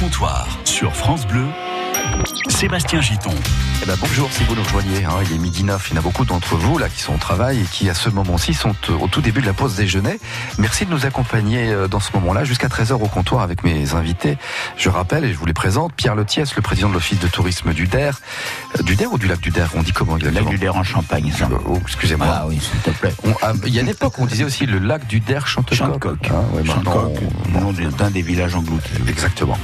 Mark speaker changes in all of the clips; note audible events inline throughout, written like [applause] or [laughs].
Speaker 1: comptoir sur France Bleu. Sébastien Giton.
Speaker 2: Eh ben bonjour si vous nous rejoignez, hein, il est midi 9, il y en a beaucoup d'entre vous là qui sont au travail et qui à ce moment-ci sont euh, au tout début de la pause déjeuner. Merci de nous accompagner euh, dans ce moment-là jusqu'à 13h au comptoir avec mes invités. Je rappelle et je vous les présente, Pierre Letiès, le président de l'office de tourisme du DER. Euh, Du DER ou du lac du DER On dit comment
Speaker 3: Le lac
Speaker 2: exactement
Speaker 3: du Der en Champagne, ça.
Speaker 2: Euh, oh, excusez-moi.
Speaker 3: Ah oui, s'il te plaît.
Speaker 2: On- ah, Il y a une époque où on disait aussi le lac du Der Chantecoq.
Speaker 3: Chantecoq.
Speaker 2: Ah, ouais, maintenant,
Speaker 3: Chantecoq,
Speaker 2: on-
Speaker 3: le nom d'un d'un des villages engloutis.
Speaker 2: Exactement.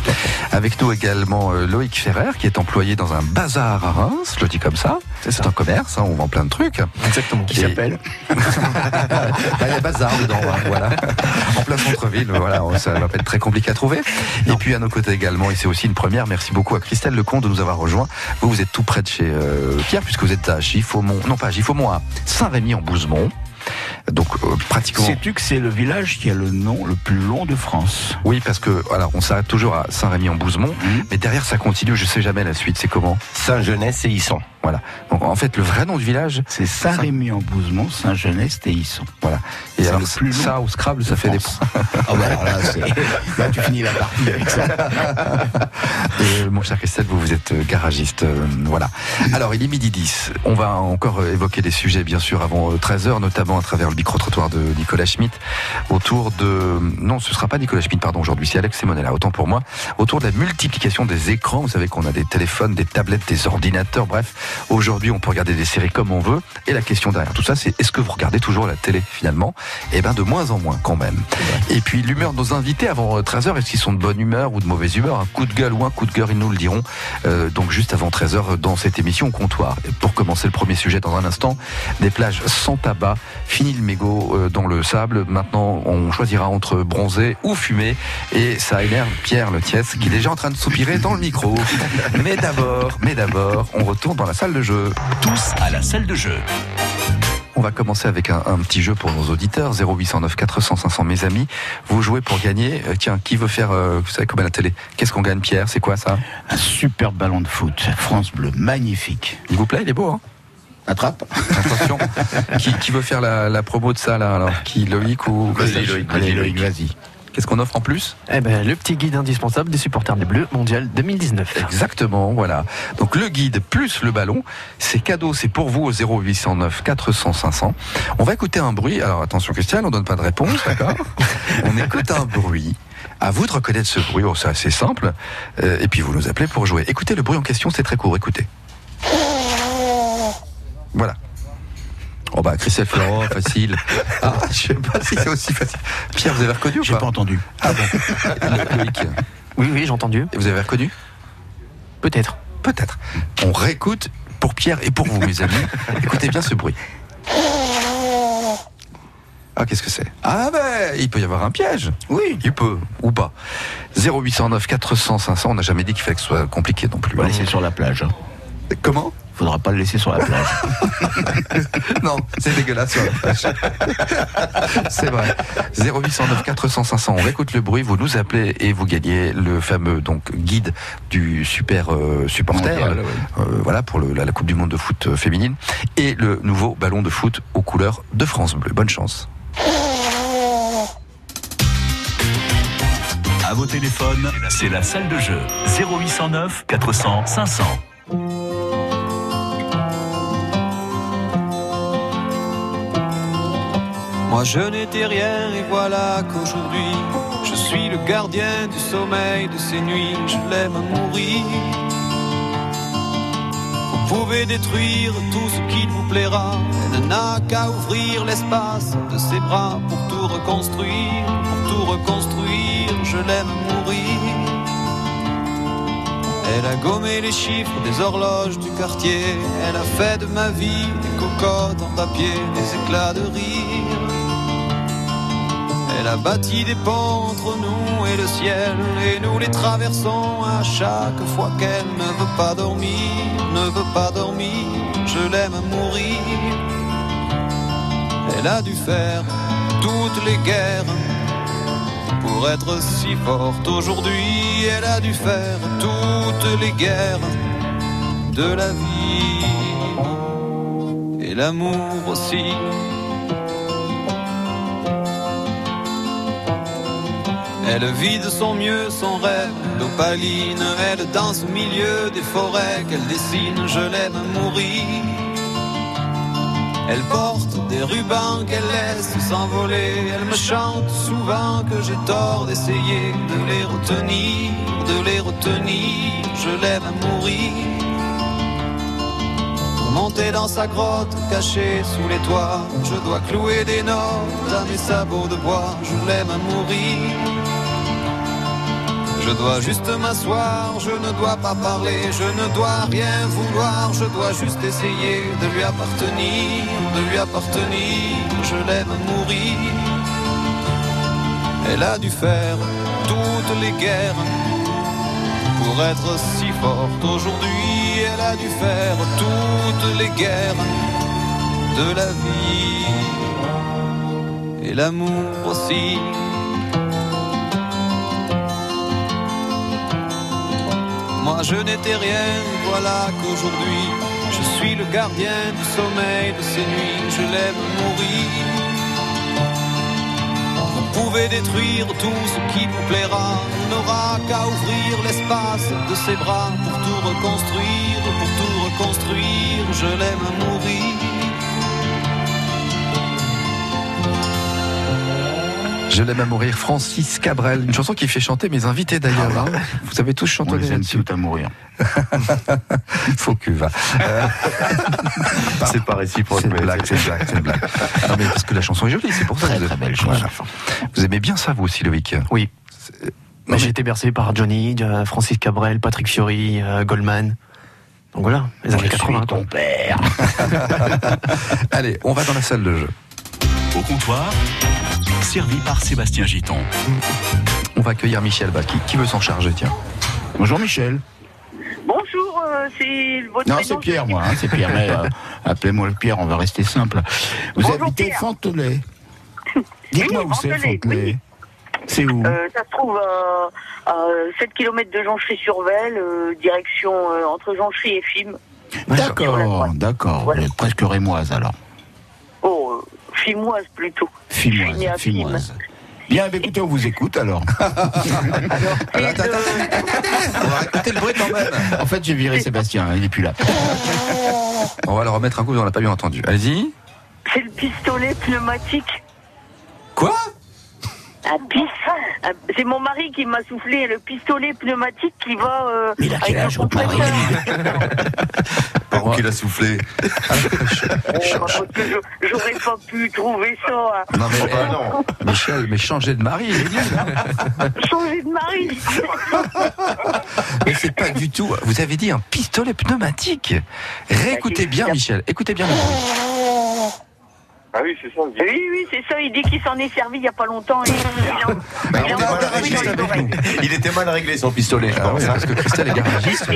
Speaker 2: Avec nous également euh, Loïc Ferrer, qui est employé dans un bazar à Reims, je le dis comme ça. C'est un commerce, hein, on vend plein de trucs. [laughs]
Speaker 4: Exactement.
Speaker 2: Qui s'appelle Il y a bazar dedans, hein, voilà. [laughs] En plein centre-ville, voilà, oh, ça va pas être très compliqué à trouver. Et puis à nos côtés également, et c'est aussi une première, merci beaucoup à Christelle Lecomte de nous avoir rejoint. Vous, vous êtes tout près de chez euh, Pierre, puisque vous êtes à Giffaumont, non pas à Giffaumont, à Saint-Rémy-en-Bouzemont. Donc euh, pratiquement...
Speaker 3: Sais-tu que c'est le village qui a le nom le plus long de France
Speaker 2: Oui, parce que, alors, on s'arrête toujours à Saint-Rémy-en-Bouzemont,
Speaker 3: Mhm.
Speaker 2: mais derrière, ça continue, je sais jamais la suite, c'est comment
Speaker 4: Saint-Genès et Isson.
Speaker 2: Donc, en fait, le vrai nom du village,
Speaker 3: C'est Saint-Rémy-en-Bouzemont, Saint-Genest et Isson.
Speaker 2: voilà. Et
Speaker 3: C'est
Speaker 2: alors,
Speaker 3: le plus long
Speaker 2: ça, au Scrabble, ça fait des points.
Speaker 3: Ah bah alors là, c'est- [laughs] là, tu finis la partie avec ça.
Speaker 2: Et, euh, mon cher Christelle, vous, vous êtes euh, garagiste, euh, voilà. Alors, il est midi 10. On va encore euh, évoquer des sujets, bien sûr, avant 13h, notamment à travers le micro-trottoir de Nicolas Schmitt, autour de... Non, ce sera pas Nicolas Schmitt, pardon, aujourd'hui, c'est Alex Simonella, autant pour moi. Autour de la multiplication des écrans, vous savez qu'on a des téléphones, des tablettes, des ordinateurs, bref. Aujourd'hui, on peut regarder des séries comme on veut. Et la question derrière tout ça, c'est est-ce que vous regardez toujours la télé, finalement Eh bien, de moins en moins, quand même. Et puis l'humeur de nos invités avant 13h, est-ce qu'ils sont de bonne humeur ou de mauvaise humeur Un coup de gueule ou un coup de gueule, ils nous le diront. Euh, donc juste avant 13h dans cette émission au comptoir. Et pour commencer le premier sujet dans un instant, des plages sans tabac, fini le mégot euh, dans le sable. Maintenant, on choisira entre bronzer ou fumer. Et ça énerve Pierre Le Tiès qui est déjà en train de soupirer dans le micro. Mais d'abord, mais d'abord, on retourne dans la salle de jeu.
Speaker 1: Tous à la salle de jeu.
Speaker 2: On va commencer avec un, un petit jeu pour nos auditeurs. 0809 400 500, mes amis. Vous jouez pour gagner. Euh, tiens, qui veut faire, euh, vous savez, comme à la télé Qu'est-ce qu'on gagne, Pierre C'est quoi ça
Speaker 3: Un superbe ballon de foot, France Bleu, magnifique.
Speaker 2: Il vous plaît, il est beau, hein
Speaker 3: Attrape
Speaker 2: Attention. qui, qui veut faire la, la promo de ça, là Alors, qui, Loïc ou
Speaker 3: Vas-y Loïc, vas-y Loïc, vas-y.
Speaker 2: Qu'est-ce qu'on offre en plus
Speaker 4: Eh ben, le petit guide indispensable des supporters des Bleus mondial 2019.
Speaker 2: Exactement, voilà. Donc, le guide plus le ballon, c'est cadeau, c'est pour vous au 0809 400 500. On va écouter un bruit. Alors, attention, Christian, on donne pas de réponse, d'accord On écoute un bruit. À vous de reconnaître ce bruit, oh, c'est assez simple. Euh, et puis vous nous appelez pour jouer. Écoutez, le bruit en question, c'est très court, écoutez. Voilà. Oh bah, Christelle Florent, facile. Ah, je sais pas si c'est aussi facile. Pierre, vous avez reconnu ou
Speaker 3: J'ai pas
Speaker 2: pas
Speaker 3: entendu.
Speaker 2: Loïc,
Speaker 4: Oui, oui, j'ai entendu.
Speaker 2: Vous avez reconnu
Speaker 4: Peut-être.
Speaker 2: Peut-être. On réécoute pour Pierre et pour vous, mes amis. Écoutez bien ce bruit. Ah, qu'est-ce que c'est Ah ben, il peut y avoir un piège. Oui, il peut, ou pas. 0809 400 500, on n'a jamais dit qu'il fallait que ce soit compliqué non plus.
Speaker 3: Faut pas laisser sur la plage. hein.
Speaker 2: Comment
Speaker 3: Faudra pas le laisser sur la plage.
Speaker 2: [laughs] Non, c'est dégueulasse sur la plage. [laughs] C'est vrai. 0809 400 500. On écoute le bruit, vous nous appelez et vous gagnez le fameux donc guide du super euh, supporter.
Speaker 3: Mondial, ouais.
Speaker 2: euh, voilà pour le- la, la Coupe du Monde de foot euh, féminine et le nouveau ballon de foot aux couleurs de France Bleu. Bonne chance.
Speaker 1: À vos téléphones, c'est la salle de jeu. 0809 400 500.
Speaker 5: Moi je n'étais rien et voilà qu'aujourd'hui Je suis le gardien du sommeil de ces nuits Je l'aime à mourir Vous pouvez détruire tout ce qu'il vous plaira Elle n'a qu'à ouvrir l'espace de ses bras Pour tout reconstruire, pour tout reconstruire Je l'aime à mourir elle a gommé les chiffres des horloges du quartier. Elle a fait de ma vie des cocottes en papier, des éclats de rire. Elle a bâti des ponts entre nous et le ciel, et nous les traversons à chaque fois qu'elle ne veut pas dormir, ne veut pas dormir. Je l'aime à mourir. Elle a dû faire toutes les guerres pour être si forte aujourd'hui, elle a dû faire toutes les guerres de la vie et l'amour aussi. Elle vide son mieux, son rêve d'opaline. Elle danse au milieu des forêts qu'elle dessine. Je l'aime mourir. Elle porte des rubans qu'elle laisse s'envoler. Elle me chante souvent que j'ai tort d'essayer de les retenir, de les retenir. Je l'aime à mourir. Pour monter dans sa grotte cachée sous les toits, je dois clouer des notes à mes sabots de bois. Je l'aime à mourir. Je dois juste m'asseoir, je ne dois pas parler, je ne dois rien vouloir, je dois juste essayer de lui appartenir, de lui appartenir, je l'aime à mourir. Elle a dû faire toutes les guerres pour être si forte aujourd'hui, elle a dû faire toutes les guerres de la vie et l'amour aussi. Moi je n'étais rien, voilà qu'aujourd'hui je suis le gardien du sommeil de ces nuits, je l'aime mourir. Vous pouvez détruire tout ce qui vous plaira, on n'aura qu'à ouvrir l'espace de ses bras pour tout reconstruire, pour tout reconstruire, je l'aime mourir.
Speaker 2: Je l'aime à mourir, Francis Cabrel. Une chanson qui fait chanter mes invités d'ailleurs. hein. Vous avez tous
Speaker 3: On
Speaker 2: chantonné
Speaker 3: les aime
Speaker 2: là-dessus.
Speaker 3: tout à mourir.
Speaker 2: Faux cuve. Euh, [laughs]
Speaker 6: C'est pas réciproque,
Speaker 2: c'est une
Speaker 6: mais
Speaker 2: blague, c'est une blague, c'est une blague. Non mais parce que la chanson est jolie, c'est pour ça. que vous- Voilà. Vous aimez bien ça vous aussi, Loïc
Speaker 4: Oui.
Speaker 2: C'est-
Speaker 4: Mais j'ai été bercé par Johnny, euh, Francis Cabrel, Patrick Fiori, euh, Goldman. Donc voilà, les années 80. quoi.
Speaker 3: père.
Speaker 2: Allez, on va dans la salle de jeu.
Speaker 1: Au comptoir, servi par Sébastien Giton.
Speaker 2: On va accueillir Michel Baki. Qui veut s'en charger, tiens
Speaker 3: Bonjour Michel.
Speaker 7: Bonjour, euh, Ah, c'est votre
Speaker 3: Non,
Speaker 7: prénom,
Speaker 3: c'est
Speaker 7: je-
Speaker 3: Pierre, moi. hein, c'est Pierre. Mais euh, appelez-moi le Pierre, on va rester simple. Vous
Speaker 7: Bonjour,
Speaker 3: habitez
Speaker 7: Pierre.
Speaker 3: Fontenay. Dites-moi
Speaker 7: Oui,
Speaker 3: où c'est
Speaker 7: Fontenay,
Speaker 3: Fontenay. C'est où
Speaker 7: Euh, ça se trouve à, à 7 km de Jonchery-sur-Velle, euh, direction euh, entre Jonchery et Fimes. sur la
Speaker 3: D'accord,
Speaker 7: droite.
Speaker 3: d'accord.
Speaker 7: Voilà.
Speaker 3: Vous êtes Presque rémoise alors.
Speaker 7: Oh, euh, Fimoise plutôt. Je suis
Speaker 3: Fimoise,
Speaker 7: née à
Speaker 3: fimoise. Bien, bah, écoutez, on vous écoute alors.
Speaker 7: C'est de-
Speaker 2: On va écouter le bruit quand même.
Speaker 3: En fait, j'ai viré Sébastien, hein, il n'est plus là.
Speaker 2: On va le remettre un coup, on l'a pas bien entendu. Allez-y.
Speaker 7: c'est le pistolet pneumatique.
Speaker 2: Quoi
Speaker 7: Un pis- un- C'est mon mari qui m'a soufflé le pistolet pneumatique qui va euh,
Speaker 3: Mais il a quel
Speaker 7: avec
Speaker 3: âge,
Speaker 7: le
Speaker 3: votre mari
Speaker 7: compresseur.
Speaker 3: [laughs]
Speaker 6: Par qu'il a soufflé.
Speaker 7: Oh, parce que je- J'aurais pas pu trouver ça.
Speaker 2: Oh,
Speaker 7: hein.
Speaker 2: bah Non mais,
Speaker 6: Ah non.
Speaker 2: Michel, mais changez de mari, il est nul, hein.
Speaker 7: Changer de mari.
Speaker 2: Mais c'est pas du tout. Vous avez dit un pistolet pneumatique. Réécoutez bien, Michel. Écoutez bien. le bruit.
Speaker 8: Ah oui, c'est ça, on dit.
Speaker 7: Oui, oui, c'est ça. Il dit qu'il s'en est servi il y a pas longtemps. et il en-
Speaker 6: Bah,
Speaker 7: il
Speaker 6: on
Speaker 7: en a
Speaker 6: est mal
Speaker 3: eh,
Speaker 7: bruit dans
Speaker 6: enregistré
Speaker 7: les
Speaker 6: avec
Speaker 7: oreilles.
Speaker 6: nous. Il était mal réglé son pistolet, je
Speaker 2: Ah ouais,
Speaker 6: pense.
Speaker 2: parce que Christelle est garagiste. [laughs]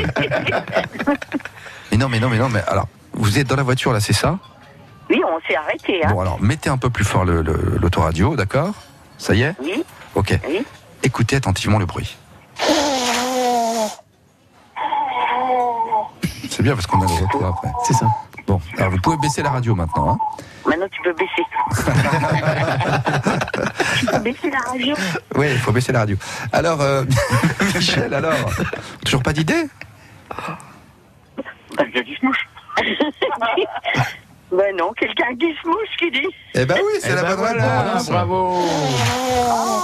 Speaker 2: mais non, mais non, mais non, mais alors, vous êtes dans la voiture là, c'est ça
Speaker 7: Oui, on s'est arrêté. Hein.
Speaker 2: Bon, alors, mettez un peu plus fort le- le- l'autoradio, d'accord Ça y est
Speaker 7: Oui,
Speaker 2: Ok.
Speaker 7: oui.
Speaker 2: Écoutez attentivement le bruit. C'est bien parce qu'on a le retour après.
Speaker 4: C'est ça.
Speaker 2: Bon, alors vous pouvez baisser la radio maintenant. Hein
Speaker 7: Maintenant, tu peux baisser. tu peux baisser la radio
Speaker 2: oui, il faut baisser la radio. Alors, euh, [laughs] Michel, alors Toujours pas d'idée
Speaker 8: Quelqu'un qui se mouche.
Speaker 7: [laughs] Ben non, quelqu'un qui se mouche qui dit.
Speaker 2: Eh ben oui, c'est
Speaker 3: Eh
Speaker 2: la
Speaker 3: ben
Speaker 2: bonne
Speaker 3: voilà,
Speaker 2: réponse.
Speaker 3: Bravo.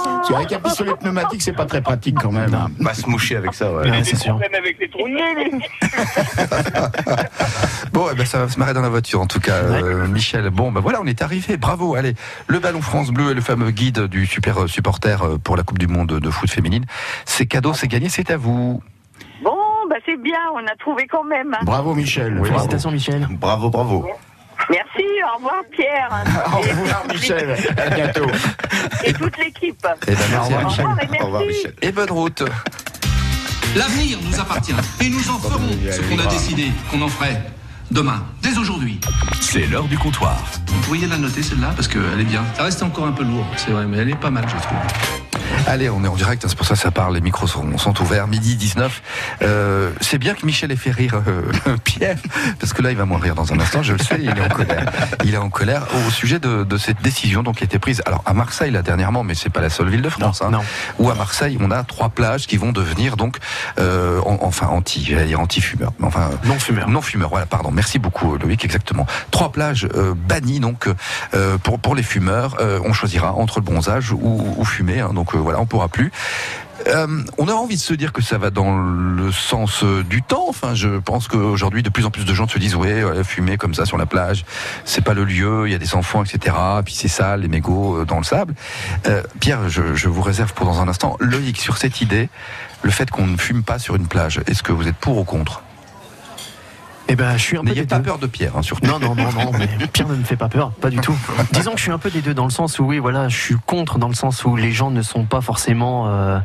Speaker 3: Parce qu'avec un pistolet pneumatique, c'est pas très pratique quand même. hein.
Speaker 6: Pas se moucher avec ça, ouais.
Speaker 4: Ouais, c'est sûr.
Speaker 8: Même avec les trous de nez, les-
Speaker 2: Bon, eh ben, ça va se marrer dans la voiture, en tout cas, euh, Michel. Bon, ben voilà, on est arrivé. Bravo. Allez, le ballon France Bleu est le fameux guide du super euh, supporter euh, pour la Coupe du Monde de foot féminine. C'est cadeau, c'est gagné, c'est à vous.
Speaker 7: Bon, ben c'est bien, on a trouvé quand même. hein.
Speaker 3: Bravo Michel. bravo.
Speaker 4: Félicitations, Michel.
Speaker 6: Bravo, bravo.
Speaker 7: Merci, au revoir Pierre.
Speaker 3: Au revoir Michel. À bientôt.
Speaker 7: Et toute l'équipe.
Speaker 2: Eh ben,
Speaker 3: Au
Speaker 2: merci à
Speaker 3: revoir,
Speaker 2: vous.
Speaker 3: Michel.
Speaker 7: Au revoir et merci.
Speaker 6: Au revoir, Michel.
Speaker 2: Et bonne route.
Speaker 9: L'avenir nous appartient et nous en ferons ce qu'on a décidé qu'on en ferait demain, dès aujourd'hui.
Speaker 1: C'est l'heure du comptoir.
Speaker 9: Vous pourriez la noter celle-là parce qu'elle est bien. Ça reste encore un peu lourd, c'est vrai, mais elle est pas mal, je trouve.
Speaker 2: Allez, on est en direct, hein, c'est pour ça que ça parle, les micros sont, sont ouverts, midi 19. Euh, c'est bien que Michel ait fait rire euh, [laughs] Pierre, parce que là, il va moins rire dans un instant, je le sais, il est en colère. Il est en colère au sujet de, de cette décision donc, qui a été prise, alors à Marseille, là, dernièrement, mais c'est pas la seule ville de France, hein,
Speaker 4: non.
Speaker 2: où à Marseille, on a trois plages qui vont devenir, donc, euh, en- enfin, anti, j'allais dire anti-fumeurs, mais enfin,
Speaker 4: Non fumeur.
Speaker 2: non fumeurs, voilà, pardon. Merci beaucoup, euh, Loïc, exactement. Trois plages euh, bannies, donc, euh, pour, pour les fumeurs. Euh, on choisira entre le bronzage ou, ou fumer, hein. donc euh, voilà, on pourra plus. Euh, on a envie de se dire que ça va dans le sens euh, du temps. Enfin, je pense qu'aujourd'hui, de plus en plus de gens se disent ouais, euh, fumer comme ça sur la plage, c'est pas le lieu. Il y a des enfants, etc. Puis c'est sale, les mégots euh, dans le sable. Euh, Pierre, je, je vous réserve pour dans un instant. Loïc, sur cette idée, le fait qu'on ne fume pas sur une plage, est-ce que vous êtes pour ou contre
Speaker 4: Eh ben, je suis un peu
Speaker 2: N'ayez
Speaker 4: des
Speaker 2: pas
Speaker 4: deux.
Speaker 2: peur de Pierre, hein, surtout.
Speaker 4: Non, non, non, non, mais Pierre ne me fait pas peur, pas du tout. [laughs] Disons que je suis un peu des deux dans le sens où, oui, voilà, je suis contre dans le sens où les gens ne sont pas forcément, euh,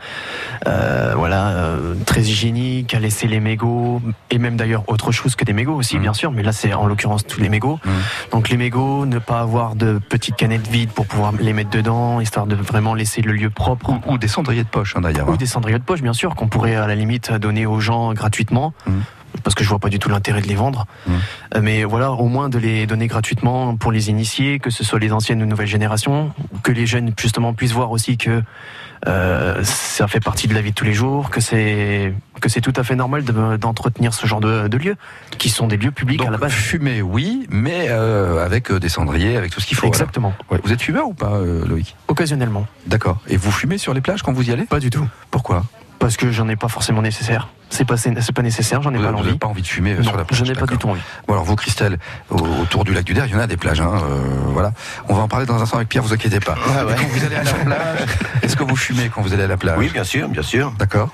Speaker 4: euh, voilà, euh, très hygiéniques à laisser les mégots, et même d'ailleurs autre chose que des mégots aussi,
Speaker 2: Mm.
Speaker 4: bien sûr, mais là c'est en l'occurrence tous les mégots.
Speaker 2: Mm.
Speaker 4: Donc les mégots, ne pas avoir de petites canettes vides pour pouvoir les mettre dedans, histoire de vraiment laisser le lieu propre.
Speaker 2: Ou, ou des cendriers de poche, hein, d'ailleurs.
Speaker 4: Ou des cendriers de poche, bien sûr, qu'on pourrait à la limite donner aux gens gratuitement.
Speaker 2: Mm.
Speaker 4: Parce que je vois pas du tout l'intérêt de les vendre.
Speaker 2: Mm.
Speaker 4: Euh, Mais voilà, au moins de les donner gratuitement pour les initiés, que ce soit les anciennes ou nouvelles générations, que les jeunes justement puissent voir aussi que euh, ça fait partie de la vie de tous les jours, que c'est que c'est tout à fait normal de- d'entretenir ce genre de, de lieux, qui sont des lieux publics à la
Speaker 2: Donc,
Speaker 4: base.
Speaker 2: fumer, oui, mais euh, avec euh, des cendriers, avec tout ce qu'il faut.
Speaker 4: Exactement.
Speaker 2: alors. Ouais. Vous êtes fumeur ou pas, euh, Loïc
Speaker 4: Occasionnellement.
Speaker 2: D'accord. Et vous fumez sur les plages quand vous y allez
Speaker 4: Pas du tout.
Speaker 2: Pourquoi
Speaker 4: Parce que j'en ai pas forcément nécessaire. C'est pas, c'est pas nécessaire, j'en ai
Speaker 2: Vous
Speaker 4: pas
Speaker 2: n'avez
Speaker 4: l'envie.
Speaker 2: pas envie de fumer euh,
Speaker 4: Non,
Speaker 2: sur la plage
Speaker 4: je n'ai pas
Speaker 2: d'accord.
Speaker 4: du tout envie.
Speaker 2: Bon, alors vous, Christelle, au- autour du lac du Der, il y en a des plages. Hein, euh, voilà. On va en parler dans un instant avec Pierre, vous inquiétez pas.
Speaker 4: Ah
Speaker 2: Mais Quand vous allez à la
Speaker 4: [laughs]
Speaker 2: plage, est-ce que vous fumez quand vous allez à la plage
Speaker 6: Oui, bien sûr, bien sûr.
Speaker 2: D'accord.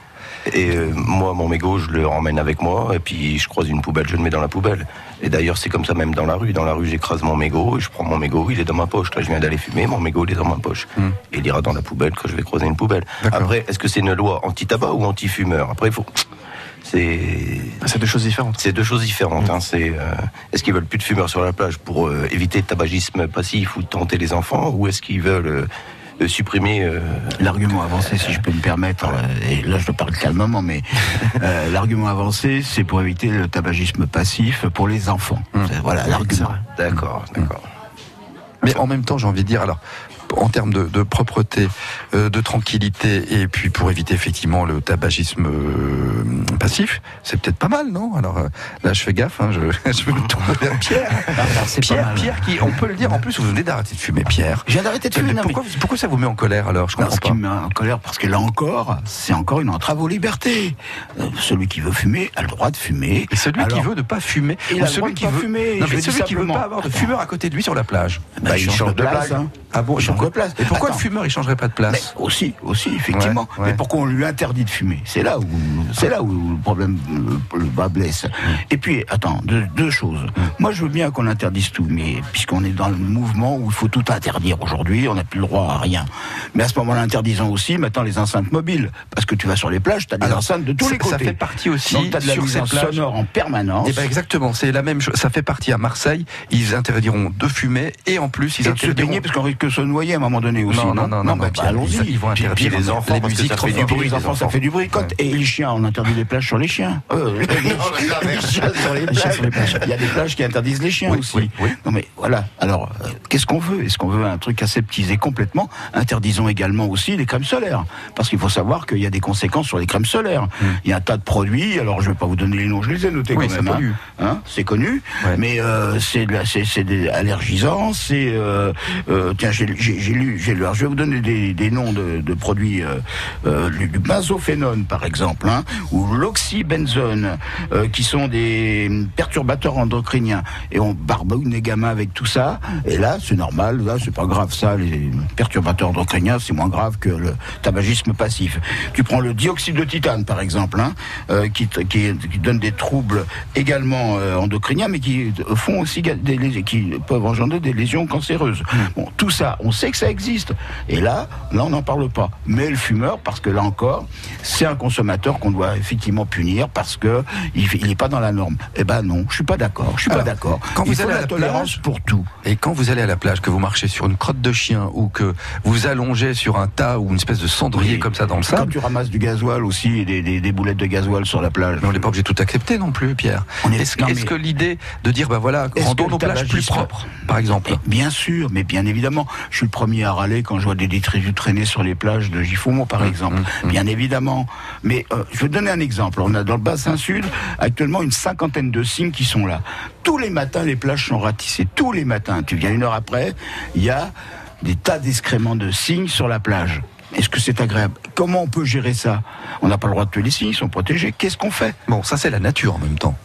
Speaker 6: Et euh, moi, mon mégot, je le remène avec moi. Et puis, je croise une poubelle, je le mets dans la poubelle. Et d'ailleurs, c'est comme ça même dans la rue. Dans la rue, j'écrase mon mégot, je prends mon mégot, il est dans ma poche. Là, je viens d'aller fumer, mon mégot, il est dans ma poche.
Speaker 2: Hmm.
Speaker 6: Et il ira dans la poubelle quand je vais croiser une poubelle.
Speaker 2: D'accord.
Speaker 6: Après, est-ce que c'est une loi anti-tabac ou anti-fumeur Après, il faut. C'est.
Speaker 4: C'est deux choses différentes.
Speaker 6: C'est deux choses différentes. hein. C'est euh, est-ce qu'ils veulent plus de fumeurs sur la plage pour euh, éviter le tabagisme passif ou tenter les enfants, ou est-ce qu'ils veulent euh, euh, supprimer euh,
Speaker 3: L'argument avancé, si je peux me permettre, euh, et là je le parle calmement, [laughs] mais euh, l'argument avancé, c'est pour éviter le tabagisme passif pour les enfants. Hmm. C'est- Voilà l'argument.
Speaker 6: D'accord, d'accord.
Speaker 2: Mais en même temps, j'ai envie de dire, alors, en termes de, de propreté, euh, de tranquillité, et puis pour éviter effectivement le tabagisme euh, passif, c'est peut-être pas mal, non Alors euh, là, je fais gaffe, hein, je, [laughs] je vais me tourner vers Pierre.
Speaker 3: Ah, bah,
Speaker 2: Pierre, Pierre, qui, on peut le dire, en plus, vous venez d'arrêter de fumer, Pierre.
Speaker 3: Je viens d'arrêter de
Speaker 2: Mais
Speaker 3: fumer. non,
Speaker 2: pourquoi,
Speaker 3: mais-
Speaker 2: vous- pourquoi ça vous met en colère alors Je
Speaker 3: non,
Speaker 2: comprends
Speaker 3: ce
Speaker 2: pas.
Speaker 3: qui me met en colère, parce que là encore, c'est encore une entrave aux libertés. Euh, celui qui veut fumer a le droit de fumer.
Speaker 2: Et celui qui
Speaker 3: Alors,
Speaker 2: veut ne pas fumer,
Speaker 3: il a le
Speaker 2: ou
Speaker 3: droit
Speaker 2: celui
Speaker 3: de
Speaker 2: qui
Speaker 3: pas
Speaker 2: veut
Speaker 3: fumer,
Speaker 2: non,
Speaker 3: je
Speaker 2: mais
Speaker 3: le dis
Speaker 2: celui qui veut
Speaker 3: simplement.
Speaker 2: pas avoir de fumeur à côté de lui sur la plage.
Speaker 3: Bah, il change de place, hein.
Speaker 2: Ah bon,
Speaker 3: Il change
Speaker 2: pourquoi
Speaker 3: de place.
Speaker 2: Et pourquoi
Speaker 3: Attends.
Speaker 2: le fumeur il changerait pas de place
Speaker 3: Mais aussi, aussi, effectivement.
Speaker 2: Ouais, ouais.
Speaker 3: Mais pourquoi on lui interdit de fumer C'est là où, c'est là où le problème euh, le bas blesse. Et puis, attends, deux, deux choses. Moi, je veux bien qu'on interdise tout, mais puisqu'on est dans le mouvement où il faut tout interdire aujourd'hui, on n'a plus le droit à rien. Mais à ce moment-là, interdisons aussi maintenant les enceintes mobiles, parce que tu vas sur les plages, tu as des
Speaker 2: Alors,
Speaker 3: enceintes de tous
Speaker 2: ça-
Speaker 3: les côtés.
Speaker 2: Ça fait partie aussi
Speaker 3: Donc, t'as de la
Speaker 2: sur ces
Speaker 3: nuisance
Speaker 2: plages.
Speaker 3: sonore en permanence.
Speaker 2: Eh ben exactement, c'est la même chose. Ça fait partie à Marseille. Ils interdiront de fumer et en plus ils
Speaker 3: et de se
Speaker 2: interdiront.
Speaker 3: baigner, parce qu'on risque de se noyer à un moment donné aussi.
Speaker 2: non, non, non, non, non,
Speaker 3: bah,
Speaker 2: Pierre,
Speaker 3: bah,
Speaker 2: ils,
Speaker 3: allons-y.
Speaker 2: ils vont
Speaker 6: Puis- puis
Speaker 2: interdire
Speaker 6: les enfants,
Speaker 2: les
Speaker 6: parce que
Speaker 2: musiques
Speaker 6: ça
Speaker 2: trop
Speaker 6: fait du
Speaker 2: fortes.
Speaker 3: Et puis les
Speaker 6: les
Speaker 3: enfants, ça
Speaker 6: enfants.
Speaker 3: fait du bruit. Quand- Et les chiens, on interdit les plages sur les chiens. Euh, [laughs] les, chiens, sur les
Speaker 4: chiens sur les
Speaker 3: plages. Il y a des plages qui interdisent les chiens
Speaker 2: Oui,
Speaker 3: aussi.
Speaker 2: oui, oui.
Speaker 3: Non mais voilà. Alors, euh, qu'est-ce qu'on veut Est-ce qu'on veut un truc aseptisé complètement Interdisons également aussi les crèmes solaires, parce qu'il faut savoir qu'il y a des conséquences sur les crèmes solaires. Il y a un tas de produits. Alors, je vais pas vous donner les noms. Je les ai notés
Speaker 2: Hmm. Oui,
Speaker 3: quand
Speaker 2: ça
Speaker 3: même. hein.
Speaker 2: pollue.
Speaker 3: Hein, c'est connu.
Speaker 2: Ouais.
Speaker 3: Mais euh, c'est de la- c'est c'est des allergisants. C'est euh, euh, tiens, j'ai j'ai- j'ai lu, j'ai lu. Alors, je vais vous donner des, des noms de, de produits euh, euh, du du benzophénone, par exemple, hein, ou l'oxybenzone, euh, qui sont des perturbateurs endocriniens. Et on barbouille les gamins avec tout ça. Et là, c'est normal. Là, c'est pas grave. Ça, les perturbateurs endocriniens, c'est moins grave que le tabagisme passif. Tu prends le dioxyde de titane, par exemple, hein, euh, qui, te- qui, qui donne des troubles également euh, endocriniens, mais qui euh, font aussi ga- des, lés- qui peuvent engendrer des lésions cancéreuses. Bon, tout ça, on sait que ça existe. Et là, là, on n'en parle pas. Mais le fumeur, parce que là encore, c'est un consommateur qu'on doit effectivement punir parce que il n'est pas dans la norme. Eh ben non, je suis pas d'accord. Je suis pas
Speaker 2: Alors,
Speaker 3: d'accord.
Speaker 2: quand
Speaker 3: Il
Speaker 2: vous
Speaker 3: faut
Speaker 2: allez à
Speaker 3: la
Speaker 2: la
Speaker 3: tolérance
Speaker 2: plage-
Speaker 3: pour tout.
Speaker 2: Et quand vous allez à la plage, que vous marchez sur une crotte de chien ou que vous allongez allongé sur un tas ou une espèce de cendrier
Speaker 3: Oui.
Speaker 2: comme ça dans le
Speaker 3: C'est Comme
Speaker 2: sable.
Speaker 3: tu ramasses du gasoil aussi, et des, des- des boulettes de gasoil sur la plage.
Speaker 2: Mais on n'est pas obligé de tout accepter non plus, Pierre.
Speaker 3: On est-
Speaker 2: Est-ce que-
Speaker 3: non,
Speaker 2: est-ce
Speaker 3: mais-
Speaker 2: que l'idée de dire, bah voilà,
Speaker 3: Est-ce que
Speaker 2: rendons
Speaker 3: le
Speaker 2: nos plages
Speaker 3: tabagiste-
Speaker 2: plus propres, par exemple
Speaker 3: Bien sûr, mais bien évidemment, je suis le premier à râler quand je vois des détritus traîner sur les plages de Gifumont, par exemple. Bien évidemment. Mais euh, je vais te donner un exemple. On a dans le bassin sud actuellement une cinquantaine de cygnes qui sont là. Tous les matins, les plages sont ratissées. Tous les matins, tu viens une heure après, il y a des tas d'excréments de cygnes sur la plage. Est-ce que c'est agréable Comment on peut gérer ça On n'a pas le droit de tuer les cygnes, ils sont protégés. Qu'est-ce qu'on fait
Speaker 2: Bon, ça c'est la nature en même temps.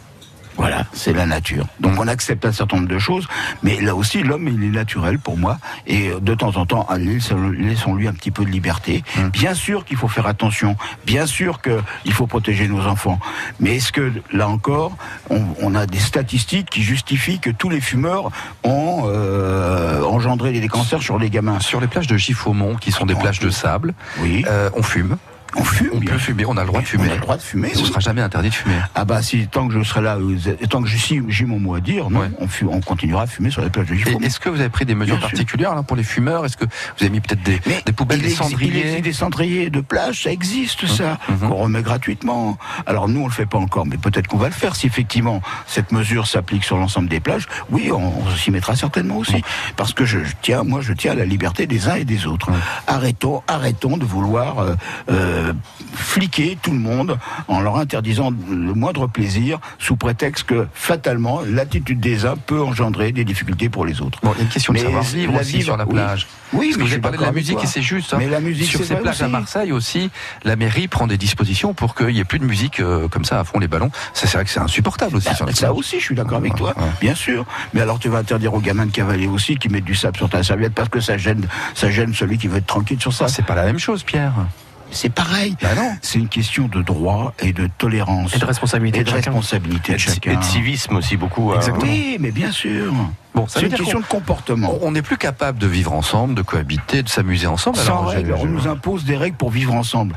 Speaker 3: voilà, c'est la nature. Donc on accepte un certain nombre de choses, mais là aussi l'homme il est naturel pour moi. Et euh, de temps en temps, allez, laissons-lui un petit peu de liberté.
Speaker 2: Hum.
Speaker 3: Bien sûr qu'il faut faire attention, bien sûr qu'il faut protéger nos enfants. Mais est-ce que là encore, on, on a des statistiques qui justifient que tous les fumeurs ont euh, engendré des cancers sur les gamins
Speaker 2: Sur les plages de Giffaumont, qui sont des plages de sable,
Speaker 3: Ah, Oui,
Speaker 2: euh, on fume.
Speaker 3: on fume.
Speaker 2: On
Speaker 3: bien
Speaker 2: peut fumer, on a le droit de
Speaker 3: On
Speaker 2: fumer.
Speaker 3: a le droit de fumer.
Speaker 2: Et ce
Speaker 3: oui.
Speaker 2: sera jamais interdit de fumer.
Speaker 3: Ah bah si, tant que je serai là, euh, tant que je suis, j'ai mon mot à dire, non,
Speaker 2: Ouais.
Speaker 3: on, fu- on continuera à fumer sur les plages de
Speaker 2: Et
Speaker 3: Giffaumont.
Speaker 2: est-ce que vous avez pris des mesures
Speaker 3: Bien sûr.
Speaker 2: particulières là, pour les fumeurs Est-ce que vous avez mis peut-être des,
Speaker 3: Mais
Speaker 2: des poubelles,
Speaker 3: il
Speaker 2: des
Speaker 3: existe- il existe
Speaker 2: cendriers
Speaker 3: des cendriers de plage, ça existe ça,
Speaker 2: mhm.
Speaker 3: qu'on remet gratuitement. Alors nous, on le fait pas encore, mais peut-être qu'on va le faire si effectivement cette mesure s'applique sur l'ensemble des plages. Oui, on, on s'y mettra certainement aussi,
Speaker 2: Hum.
Speaker 3: parce que je, je tiens, moi, je tiens à la liberté des uns et des
Speaker 2: Hum.
Speaker 3: autres. Arrêtons, arrêtons de vouloir euh, euh, fliquer tout le monde en leur interdisant le moindre plaisir sous prétexte que fatalement l'attitude des uns peut engendrer des difficultés pour les autres.
Speaker 2: Bon, il y a une question de
Speaker 3: Mais
Speaker 2: savoir vivre
Speaker 3: la
Speaker 2: aussi sur la
Speaker 3: oui.
Speaker 2: plage.
Speaker 3: Oui,
Speaker 2: Parce que
Speaker 3: mais
Speaker 2: vous
Speaker 3: je
Speaker 2: avez
Speaker 3: suis
Speaker 2: parlé de la
Speaker 3: d'accord avec
Speaker 2: musique
Speaker 3: toi.
Speaker 2: et c'est juste. hein.
Speaker 3: Mais la musique,
Speaker 2: Sur
Speaker 3: c'est
Speaker 2: ces
Speaker 3: vrai
Speaker 2: plages à
Speaker 3: aussi.
Speaker 2: Marseille aussi, la mairie prend des dispositions pour qu'il n'y ait plus de musique euh, comme ça à fond les ballons. Ça, C'est vrai que c'est insupportable aussi
Speaker 3: Bah,
Speaker 2: sur les
Speaker 3: ça
Speaker 2: plages.
Speaker 3: aussi, je suis d'accord avec
Speaker 2: Ouais,
Speaker 3: toi,
Speaker 2: ouais.
Speaker 3: bien sûr. Mais alors, tu vas interdire aux gamins de cavaler aussi qui mettent du sable sur ta serviette parce que ça gêne, ça gêne celui qui veut être tranquille sur ça.
Speaker 2: Ah, C'est pas la même chose, Pierre.
Speaker 3: C'est pareil.
Speaker 2: Bah non.
Speaker 3: C'est une question de droit et de tolérance
Speaker 4: Et de responsabilité
Speaker 3: et
Speaker 4: de
Speaker 3: de
Speaker 4: chacun.
Speaker 3: responsabilité de chacun.
Speaker 6: Et de civisme aussi beaucoup. hein.
Speaker 2: euh,
Speaker 3: Oui, mais bien sûr.
Speaker 2: Bon,
Speaker 3: C'est
Speaker 2: ça veut
Speaker 3: une
Speaker 2: dire
Speaker 3: question
Speaker 2: qu'on
Speaker 3: de comportement.
Speaker 2: on n'est plus capable de vivre ensemble, de cohabiter, de s'amuser ensemble.
Speaker 3: Sans
Speaker 2: Ah, Alors, je-
Speaker 3: règles,
Speaker 2: je-
Speaker 3: on nous impose des règles pour vivre ensemble.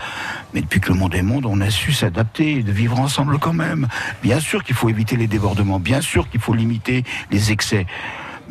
Speaker 3: Mais depuis que le monde est monde, on a su s'adapter et de vivre ensemble quand même. Bien sûr qu'il faut éviter les débordements, bien sûr qu'il faut limiter les excès.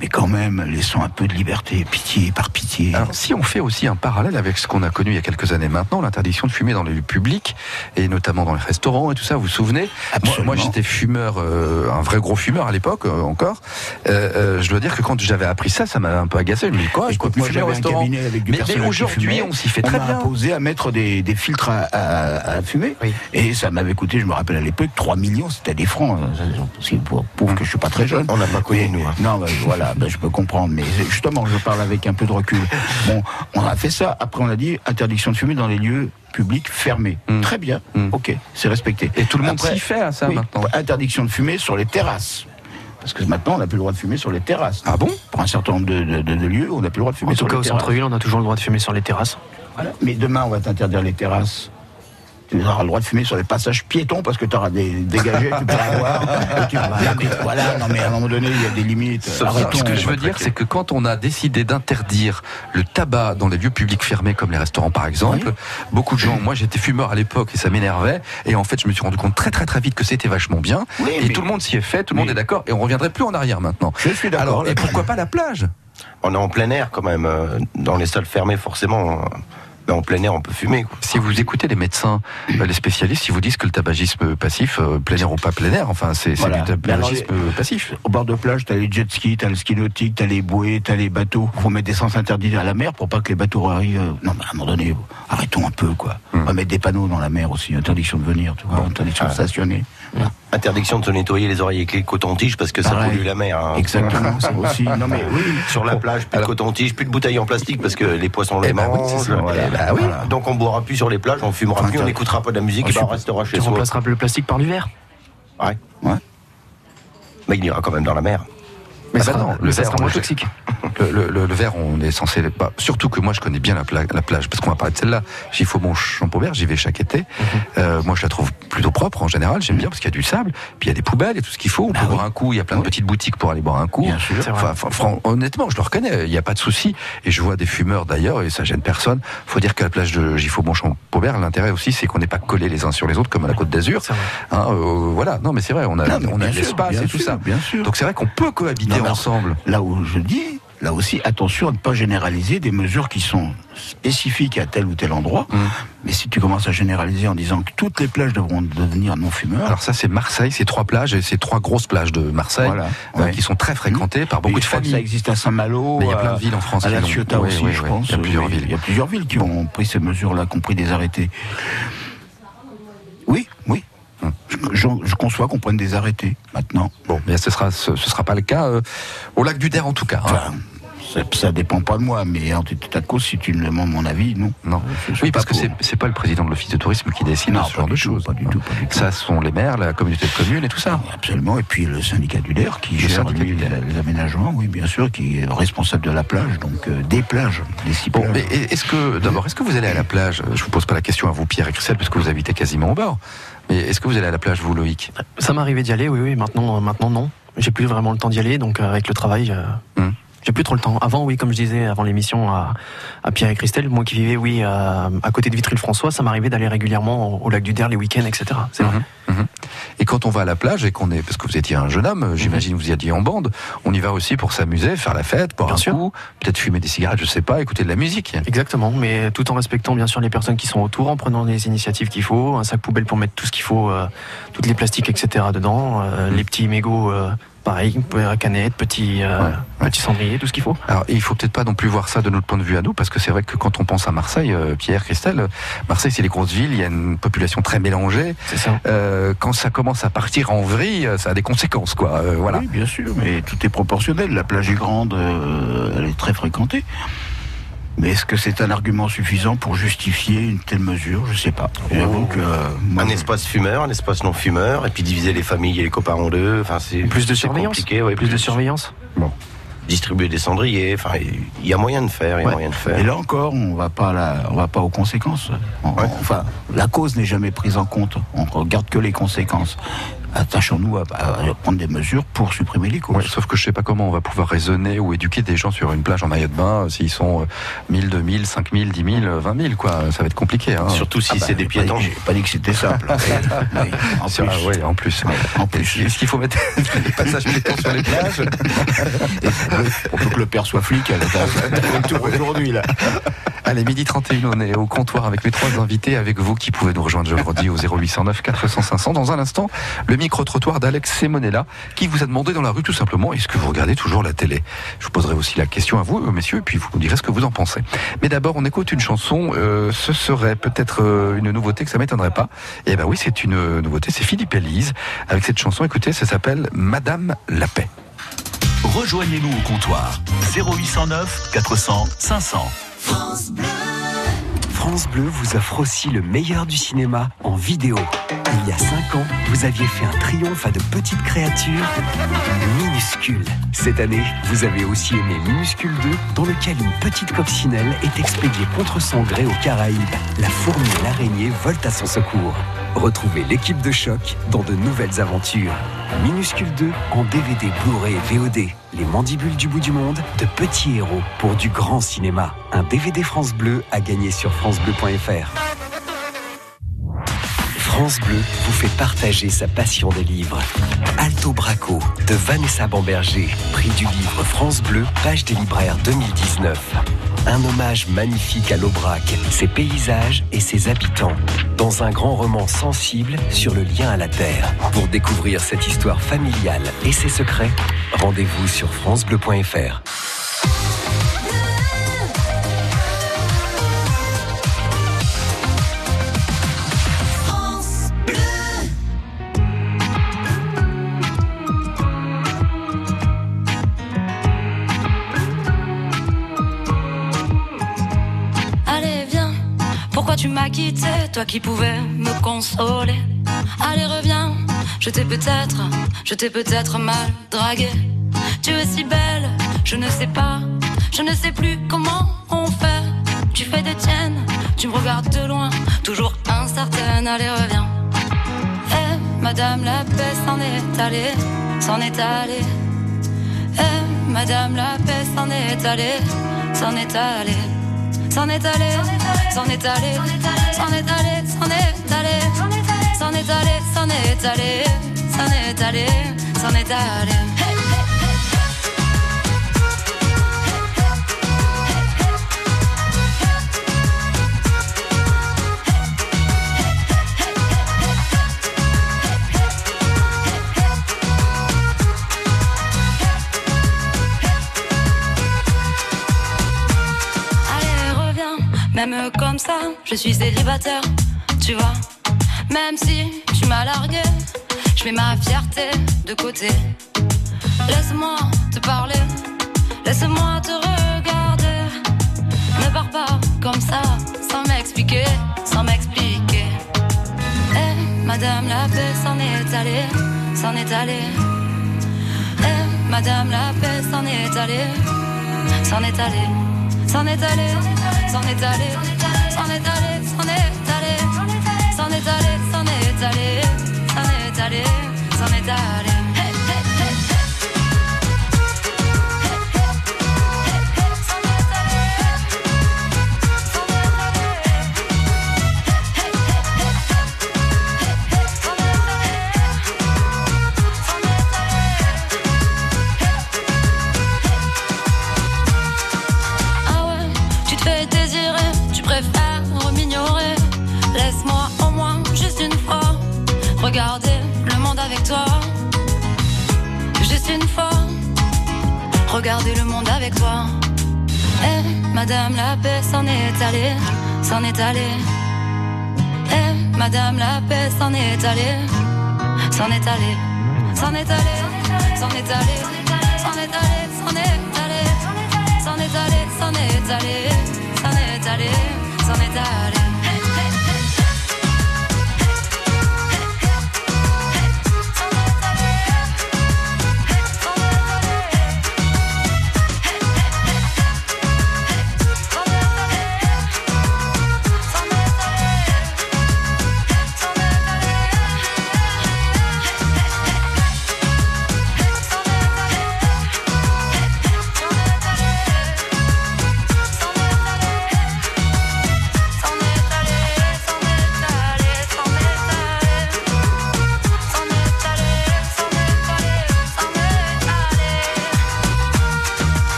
Speaker 3: Mais quand même, laissons un peu de liberté, pitié par pitié.
Speaker 2: Alors, si on fait aussi un parallèle avec ce qu'on a connu il y a quelques années maintenant, l'interdiction de fumer dans les lieux publics, et notamment dans les restaurants et tout ça, vous vous souvenez Moi,
Speaker 3: Absolument.
Speaker 2: moi, j'étais fumeur, euh, un vrai gros fumeur à l'époque euh, encore. Euh, euh, je dois dire que quand j'avais appris ça, ça m'a un peu agacé. Je me dis quoi Je
Speaker 3: Écoute,
Speaker 2: peux
Speaker 3: moi
Speaker 2: plus fumer au
Speaker 3: j'avais un
Speaker 2: restaurant.
Speaker 3: cabinet avec du
Speaker 2: Mais- mais
Speaker 3: personnel qui
Speaker 2: aujourd'hui,
Speaker 3: fumait.
Speaker 2: on s'y fait très
Speaker 3: On
Speaker 2: bien.
Speaker 3: m'a Ah, bah, imposé à mettre des, des filtres à, à- à fumer.
Speaker 4: Oui.
Speaker 3: Et ça m'avait coûté, je me rappelle à l'époque, 3 millions, c'était des francs. hein. Ça, C'est pour, pour que je suis pas très jeune.
Speaker 6: On n'a pas connu,
Speaker 3: Mais-
Speaker 6: nous, hein.
Speaker 3: Non, bah, voilà, bah, je peux comprendre. Mais justement, je parle avec un peu de recul. Bon, on a fait ça. Après, on a dit interdiction de fumer dans les lieux publics fermés.
Speaker 2: Mm.
Speaker 3: Très bien.
Speaker 2: Mm.
Speaker 3: Ok, c'est respecté.
Speaker 2: Et tout le monde
Speaker 3: Après-
Speaker 2: s'y fait à ça
Speaker 3: oui,
Speaker 2: maintenant.
Speaker 3: Interdiction de fumer sur les terrasses. Parce que maintenant, on n'a plus le droit de fumer sur les terrasses.
Speaker 2: Ah bon
Speaker 3: Pour un certain nombre de, de- de- de lieux, on n'a plus le droit de fumer
Speaker 4: En
Speaker 3: sur
Speaker 4: tout cas,
Speaker 3: les
Speaker 4: au
Speaker 3: terrasses.
Speaker 4: centre-ville, on a toujours le droit de fumer sur les terrasses.
Speaker 3: Voilà. Mais demain, on va t'interdire les terrasses. Tu auras le droit de fumer sur les passages piétons parce que tu auras des dégagés, tu
Speaker 2: [laughs]
Speaker 3: pourras voir. Et tu- voilà, mais voilà, non mais à un moment donné, il y a des limites. Arrêtons.
Speaker 2: ce que je veux dire, c'est que quand on a décidé d'interdire le tabac dans les lieux publics fermés, comme les restaurants par exemple, beaucoup de gens, moi j'étais fumeur à l'époque et ça m'énervait, et en fait je me suis rendu compte très très très vite que c'était vachement bien,
Speaker 3: Oui,
Speaker 2: et
Speaker 3: mais-
Speaker 2: tout le monde s'y est fait, tout le monde
Speaker 3: mais-
Speaker 2: est d'accord, et on reviendrait plus en arrière maintenant.
Speaker 3: Je suis d'accord.
Speaker 2: Alors, et
Speaker 3: là-dessus.
Speaker 2: pourquoi pas la plage
Speaker 6: On est en plein air quand même. euh, Dans les salles fermées, forcément. euh, Mais en plein air, on peut fumer. quoi.
Speaker 2: Si vous écoutez les médecins, euh, les spécialistes, ils vous disent que le tabagisme passif, euh, plein air ou pas plein air, enfin c'est c'est
Speaker 3: Voilà.
Speaker 2: du
Speaker 3: Mais alors,
Speaker 2: tabagisme passif.
Speaker 3: Au bord de plage, t'as les jet skis, t'as le ski nautique, t'as les bouées, t'as les bateaux. Faut mettre des sens interdits à la mer pour pas que les bateaux arrivent. euh, Non, mais à un moment donné, arrêtons un peu, quoi.
Speaker 2: Hmm.
Speaker 3: On va mettre des panneaux dans la mer aussi. Interdiction de venir, tu vois, interdiction
Speaker 2: Ah.
Speaker 3: de stationner.
Speaker 6: Interdiction de se nettoyer les oreilles avec les cotons-tiges parce que ça
Speaker 3: Pareil.
Speaker 6: pollue la mer. hein.
Speaker 3: Exactement,
Speaker 2: [laughs]
Speaker 3: ça aussi. Non, mais oui.
Speaker 6: Sur la plage, plus
Speaker 2: Alors-
Speaker 6: de coton-tige, plus de bouteilles en plastique parce que les poissons les
Speaker 2: Eh ben oui,
Speaker 6: mangent.
Speaker 2: c'est ça,
Speaker 6: voilà.
Speaker 2: eh ben oui.
Speaker 6: Voilà. Donc on boira plus sur les plages, on fumera
Speaker 3: Enfin,
Speaker 6: plus,
Speaker 3: t'as-
Speaker 6: on n'écoutera pas de la musique,
Speaker 3: Ah,
Speaker 6: et ben
Speaker 3: je-
Speaker 6: on restera chez
Speaker 4: Tu
Speaker 6: soi.
Speaker 4: remplaceras le plastique par du verre.
Speaker 6: Ouais.
Speaker 3: Ouais.
Speaker 6: Mais il ira quand même dans la mer.
Speaker 2: Mais
Speaker 4: ça
Speaker 2: bah
Speaker 4: sera-
Speaker 2: non,
Speaker 4: mais ça
Speaker 2: verre,
Speaker 4: sera
Speaker 2: on
Speaker 4: moins
Speaker 2: le jette.
Speaker 4: toxique.
Speaker 2: Le, le- le- le verre, on est censé le pas. Surtout que moi, je connais bien la, pla- la plage, parce qu'on va parler de celle-là. J'y faut mon champoubert, j'y vais chaque été.
Speaker 3: Mhm.
Speaker 2: Euh, moi, je la trouve plutôt propre en général. J'aime bien parce qu'il y a du sable, puis il y a des poubelles et tout ce qu'il
Speaker 3: Bah
Speaker 2: faut. On peut boire un coup. Il y a plein de petites boutiques pour aller boire un coup.
Speaker 3: Bien sûr.
Speaker 4: C'est vrai.
Speaker 2: Enfin, fran- fran- honnêtement, je le reconnais. Il n'y a pas de souci. Et je vois des fumeurs d'ailleurs, et ça gêne personne. Faut dire qu'à la plage de Giffaumont champoubert l'intérêt aussi, c'est qu'on n'est pas collés les uns sur les autres comme à la Côte d'Azur.
Speaker 4: C'est vrai.
Speaker 2: Hein, euh, voilà. Non, mais c'est vrai. On a,
Speaker 3: Non, mais
Speaker 2: on a
Speaker 3: bien
Speaker 2: de
Speaker 3: sûr,
Speaker 2: l'espace
Speaker 3: bien
Speaker 2: et tout
Speaker 3: sûr,
Speaker 2: ça.
Speaker 3: Bien sûr.
Speaker 2: Donc c'est vrai qu'on peut
Speaker 3: Non,
Speaker 2: cohabiter
Speaker 3: mais alors,
Speaker 2: ensemble.
Speaker 3: Là où je dis, là aussi, attention à ne pas généraliser des mesures qui sont spécifiques à tel ou tel endroit.
Speaker 2: Mmh.
Speaker 3: Mais si tu commences à généraliser en disant que toutes les plages devront devenir non fumeurs,
Speaker 2: Alors ça, c'est Marseille, c'est trois plages, et c'est trois grosses plages de Marseille
Speaker 3: Voilà,
Speaker 2: euh,
Speaker 3: ouais.
Speaker 2: qui sont très fréquentées par beaucoup
Speaker 3: Mais
Speaker 2: de
Speaker 3: je crois que
Speaker 2: familles.
Speaker 3: Ça existe à Saint-Malo.
Speaker 2: Mais il y a
Speaker 3: à-
Speaker 2: plein de villes en France
Speaker 3: À
Speaker 2: qui
Speaker 3: La
Speaker 2: l'ont.
Speaker 3: Ciotat
Speaker 2: Oui,
Speaker 3: aussi,
Speaker 2: oui,
Speaker 3: je
Speaker 2: oui.
Speaker 3: pense.
Speaker 2: Il y a plusieurs
Speaker 3: Oui,
Speaker 2: villes.
Speaker 3: Il y a plusieurs villes qui ont pris ces mesures-là, qui ont pris des arrêtés. Oui, oui.
Speaker 2: Hum.
Speaker 3: Je, je- je conçois qu'on prenne des arrêtés maintenant.
Speaker 2: Bon, mais ce sera ce, ce sera pas le cas euh, au lac du Der en tout cas. hein.
Speaker 3: Enfin, ça, ça dépend pas de moi, mais en tout état de cause, si tu me demandes mon avis, non.
Speaker 2: non.
Speaker 3: je suis
Speaker 2: Oui, parce
Speaker 3: pas
Speaker 2: que c'est
Speaker 3: pour.
Speaker 2: c'est pas le président de l'office de tourisme qui décide
Speaker 3: Non,
Speaker 2: de ce
Speaker 3: pas
Speaker 2: genre
Speaker 3: du
Speaker 2: de
Speaker 3: tout,
Speaker 2: choses.
Speaker 3: pas du tout, pas du tout.
Speaker 2: Ça sont les maires, la communauté de communes et tout ça.
Speaker 3: Absolument. Et puis le syndicat du LER qui
Speaker 2: Le
Speaker 3: gère
Speaker 2: syndicat
Speaker 3: lui,
Speaker 2: du
Speaker 3: les,
Speaker 2: Ler.
Speaker 3: les aménagements, oui, bien sûr, qui est responsable de la plage, donc euh, des plages, des six
Speaker 2: Bon,
Speaker 3: plages.
Speaker 2: mais est- est-ce que d'abord, est-ce que vous allez à la plage Je vous pose pas la question à vous, Pierre et Christelle, parce que vous habitez quasiment au bord. Mais est-ce que vous allez à la plage, vous, Loïc
Speaker 4: Ça m'arrivait d'y aller, oui, oui. Maintenant, euh, maintenant non. J'ai plus vraiment le temps d'y aller, donc euh, avec le travail, euh,
Speaker 2: Hmm.
Speaker 4: j'ai plus trop le temps. Avant, oui, comme je disais avant l'émission à, à Pierre et Christelle, moi qui vivais, oui, à, à côté de Vitry-le-François, ça m'arrivait d'aller régulièrement au, au lac du Der les week-ends, etc. C'est vrai.
Speaker 2: Mhm, mhm. Et quand on va à la plage et qu'on est, parce que vous étiez un jeune
Speaker 3: Mhm.
Speaker 2: homme, j'imagine que vous y étiez en bande, on y va aussi pour s'amuser, faire la fête, boire
Speaker 4: Bien
Speaker 2: un
Speaker 4: sûr.
Speaker 2: coup, peut-être fumer des cigarettes, je sais pas, écouter de la musique.
Speaker 4: Exactement, mais tout en respectant bien sûr les personnes qui sont autour, en prenant les initiatives qu'il faut, un sac poubelle pour mettre tout ce qu'il faut, euh, toutes les plastiques, etc. dedans, euh, les petits mégots, euh, pareil, euh, canettes, petits, euh,
Speaker 2: Ouais, ouais.
Speaker 4: petits cendriers, tout ce qu'il faut.
Speaker 2: Alors, il faut peut-être pas non plus voir ça de notre point de vue à nous, parce que c'est vrai que quand on pense à Marseille, euh, Pierre, Christelle, euh, Marseille, c'est les grosses villes, il y a une population très mélangée.
Speaker 4: C'est ça.
Speaker 2: Euh, quand ça commence à partir en vrille, euh, ça a des conséquences, quoi. Euh, voilà.
Speaker 3: Oui, bien sûr, mais tout est proportionnel. La plage est grande, euh, elle est très fréquentée. Mais est-ce que c'est un argument suffisant pour justifier une telle mesure Je sais pas. J'avoue
Speaker 2: Oh.
Speaker 3: que euh, moi,
Speaker 6: un
Speaker 3: je-
Speaker 6: espace fumeur, un espace non fumeur, et puis diviser les familles et les copains en deux. Enfin, c'est
Speaker 4: Plus de
Speaker 6: c'est
Speaker 4: surveillance
Speaker 6: compliqué, ouais,
Speaker 4: Plus de surveillance
Speaker 6: Distribuer des cendriers. Enfin, il y a moyen de faire. Il y a
Speaker 3: Ouais.
Speaker 6: moyen de faire.
Speaker 3: Et là encore, on va pas à la- on va pas aux conséquences. On-
Speaker 6: Ouais.
Speaker 3: Enfin, la cause n'est jamais prise en compte. On regarde que les conséquences. Attachons-nous à, à prendre des mesures pour supprimer les causes.
Speaker 2: Ouais, sauf que je sais pas comment on va pouvoir raisonner ou éduquer des gens sur une plage en maillot de bain euh, s'ils sont euh, 1000, 2000, 5000, 10 000, euh, 20 000, quoi. Ça va être compliqué. Hein.
Speaker 6: Surtout si
Speaker 3: Ah bah,
Speaker 6: c'est des
Speaker 3: j'ai pas dit-
Speaker 6: piétons.
Speaker 3: J'ai pas dit que c'était simple. Oui, oui, en
Speaker 2: Sur- ah
Speaker 3: plus.
Speaker 2: ouais, en plus.
Speaker 3: En plus.
Speaker 2: Est-ce qu'il faut mettre [laughs] des passages piétons sur les plages
Speaker 3: On peut que le père soit flic à la aujourd'hui là.
Speaker 2: Allez, midi 31, on est au comptoir avec mes trois invités, avec vous qui pouvez nous rejoindre, je le redis, au 0809 400 500. Dans un instant, le micro-trottoir d'Alex Semonella, qui vous a demandé dans la rue tout simplement, est-ce que vous regardez toujours la télé Je vous poserai aussi la question à vous, euh, messieurs, et puis vous nous direz ce que vous en pensez. Mais d'abord, on écoute une chanson, euh, ce serait peut-être euh, une nouveauté que ça m'étonnerait pas. Eh ben oui, c'est une euh, nouveauté, c'est Philippe Elise, avec cette chanson, écoutez, ça s'appelle Madame la Paix.
Speaker 1: Rejoignez-nous au comptoir 0809 400 500.
Speaker 10: France Bleu vous offre aussi le meilleur du cinéma en vidéo. Il y a 5 ans, vous aviez fait un triomphe à de petites créatures minuscules. Cette année, vous avez aussi aimé Minuscule 2, dans lequel une petite coccinelle est expédiée contre son gré aux Caraïbes. La fourmi et l'araignée volent à son secours. Retrouvez l'équipe de choc dans de nouvelles aventures. Minuscule 2 en DVD Blu-ray et VOD. Les mandibules du bout du monde, de petits héros pour du grand cinéma. Un DVD France Bleu à gagner sur francebleu.fr. France Bleu vous fait partager sa passion des livres. Alto Braco de Vanessa Bamberger, prix du livre France Bleu, page des libraires 2019. Un hommage magnifique à l'Aubrac, ses paysages et ses habitants, dans un grand roman sensible sur le lien à la terre. Pour découvrir cette histoire familiale et ses secrets, rendez-vous sur francebleu.fr.
Speaker 11: Allez, viens, pourquoi tu m'as quitté, toi qui pouvais me consoler Allez, reviens, je t'ai peut-être, je t'ai peut-être mal dragué. Tu es si belle, je ne sais pas, je ne sais plus comment on fait. Tu fais des tiennes, tu me regardes de loin, toujours incertaine, allez, reviens. Eh, madame la paix s'en est allée, s'en est allée. Eh, madame la paix s'en est allée, s'en est allée. S'en est allé, s'en est allé, s'en est allé, s'en est allé, s'en est allé, s'en est allé, s'en est allé, s'en est allé. Hey, hey, hey. pas, je suis célibataire, tu vois. Même si tu m'as largué, je mets ma fierté de côté. Laisse-moi te parler, laisse-moi te regarder. Ne pars pas comme ça, sans m'expliquer, sans m'expliquer. Eh, madame la paix s'en est allée, s'en est allée. Eh, madame la paix s'en est allée, s'en est allée. S'en est allée, s'en est allée, s'en est allée, s'en est allée, s'en est allée, s'en est allée, s'en est allée, s'en est allée. Hey, hey, hey, hey. Ah ouais, tu te fais désirer, tu préfères m'ignorer. Laisse-moi au moins juste une fois regarder le monde avec toi. Juste une fois regarder le monde avec toi. Eh, madame la paix s'en est allée, s'en est allée. Eh, madame la paix s'en est allée, s'en est allée, s'en est allée, s'en est allée, s'en est allée, s'en est allée. S'en est allé, s'en est allé, s'en est allé, s'en est allé. Hey, hey, hey.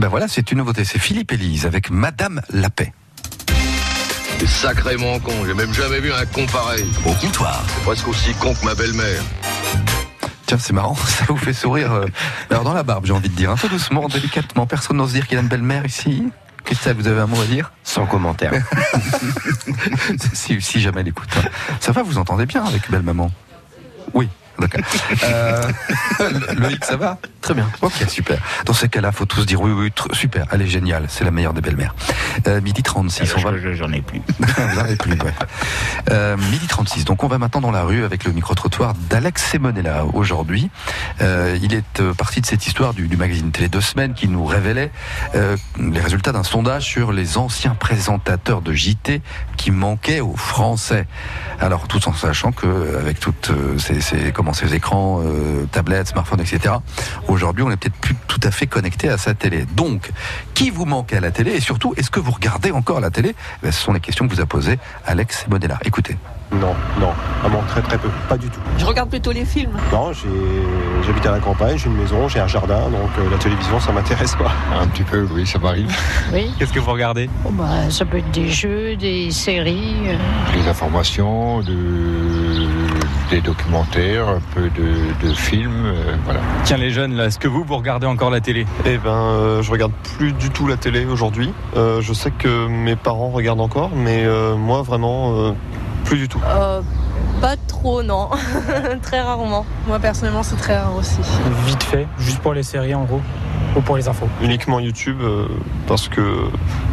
Speaker 2: Ben voilà, c'est une nouveauté. C'est Philippe Élise avec Madame la Paix.
Speaker 12: C'est sacrément con, j'ai même jamais vu un con pareil. Au comptoir. C'est presque aussi con que ma belle-mère.
Speaker 2: Tiens, c'est marrant, [laughs] ça vous fait sourire. euh, Alors, dans la barbe, j'ai envie de dire. Un peu doucement, délicatement. Personne n'ose dire qu'il a une belle-mère ici. Christelle, vous avez un mot à dire Sans commentaire. [laughs] si, si jamais elle écoute. hein. Ça va, vous entendez bien avec belle-maman Oui. D'accord. Euh, [laughs] Loïc, ça va Très bien. Ok, super. Dans ces cas-là, faut tous dire oui, oui, tr- super. Elle est géniale, c'est la meilleure des belles-mères. Euh, midi 36, on va... J'en ai plus. J'en ai plus, ouais. Euh, midi 36, donc on va maintenant dans la rue avec le micro-trottoir d'Alex Semonella aujourd'hui. Euh, il est euh, parti de cette histoire du, du magazine Télé Deux Semaines qui nous révélait euh, les résultats d'un sondage sur les anciens présentateurs de JT qui manquaient aux Français. Alors tout en sachant que euh, avec toutes euh, ces, ces- comment, ces écrans, euh, tablettes, smartphones, etc. Aujourd'hui, on n'est peut-être plus tout à fait connecté à sa télé. Donc, qui vous manque à la télé et surtout, est-ce que vous regardez encore la télé Eh ben, Ce sont les questions que vous a posées Alex Modella. Écoutez.
Speaker 13: Non, non, vraiment très très peu, pas du tout.
Speaker 14: Je regarde plutôt les films.
Speaker 13: Non, j'ai- j'habite à la campagne, j'ai une maison, j'ai un jardin, donc euh, la télévision ça m'intéresse pas. Un petit peu, oui, ça m'arrive.
Speaker 15: Oui.
Speaker 13: Qu'est-ce que vous regardez
Speaker 15: Bon, bah, ça peut être des jeux, des séries. euh.
Speaker 16: Des informations, de- Euh, des documentaires, un peu de, de films, euh, voilà.
Speaker 17: Tiens les jeunes, là, est-ce que vous, vous regardez encore la télé
Speaker 13: Eh ben, euh, je regarde plus du tout la télé aujourd'hui. Euh, je sais que mes parents regardent encore, mais euh, moi vraiment, euh, plus du tout.
Speaker 18: Euh, pas trop, non. [laughs] très rarement. Moi, personnellement, c'est très rare aussi.
Speaker 19: Vite fait, juste pour les séries en gros, ou pour les infos.
Speaker 13: Uniquement YouTube, euh, parce que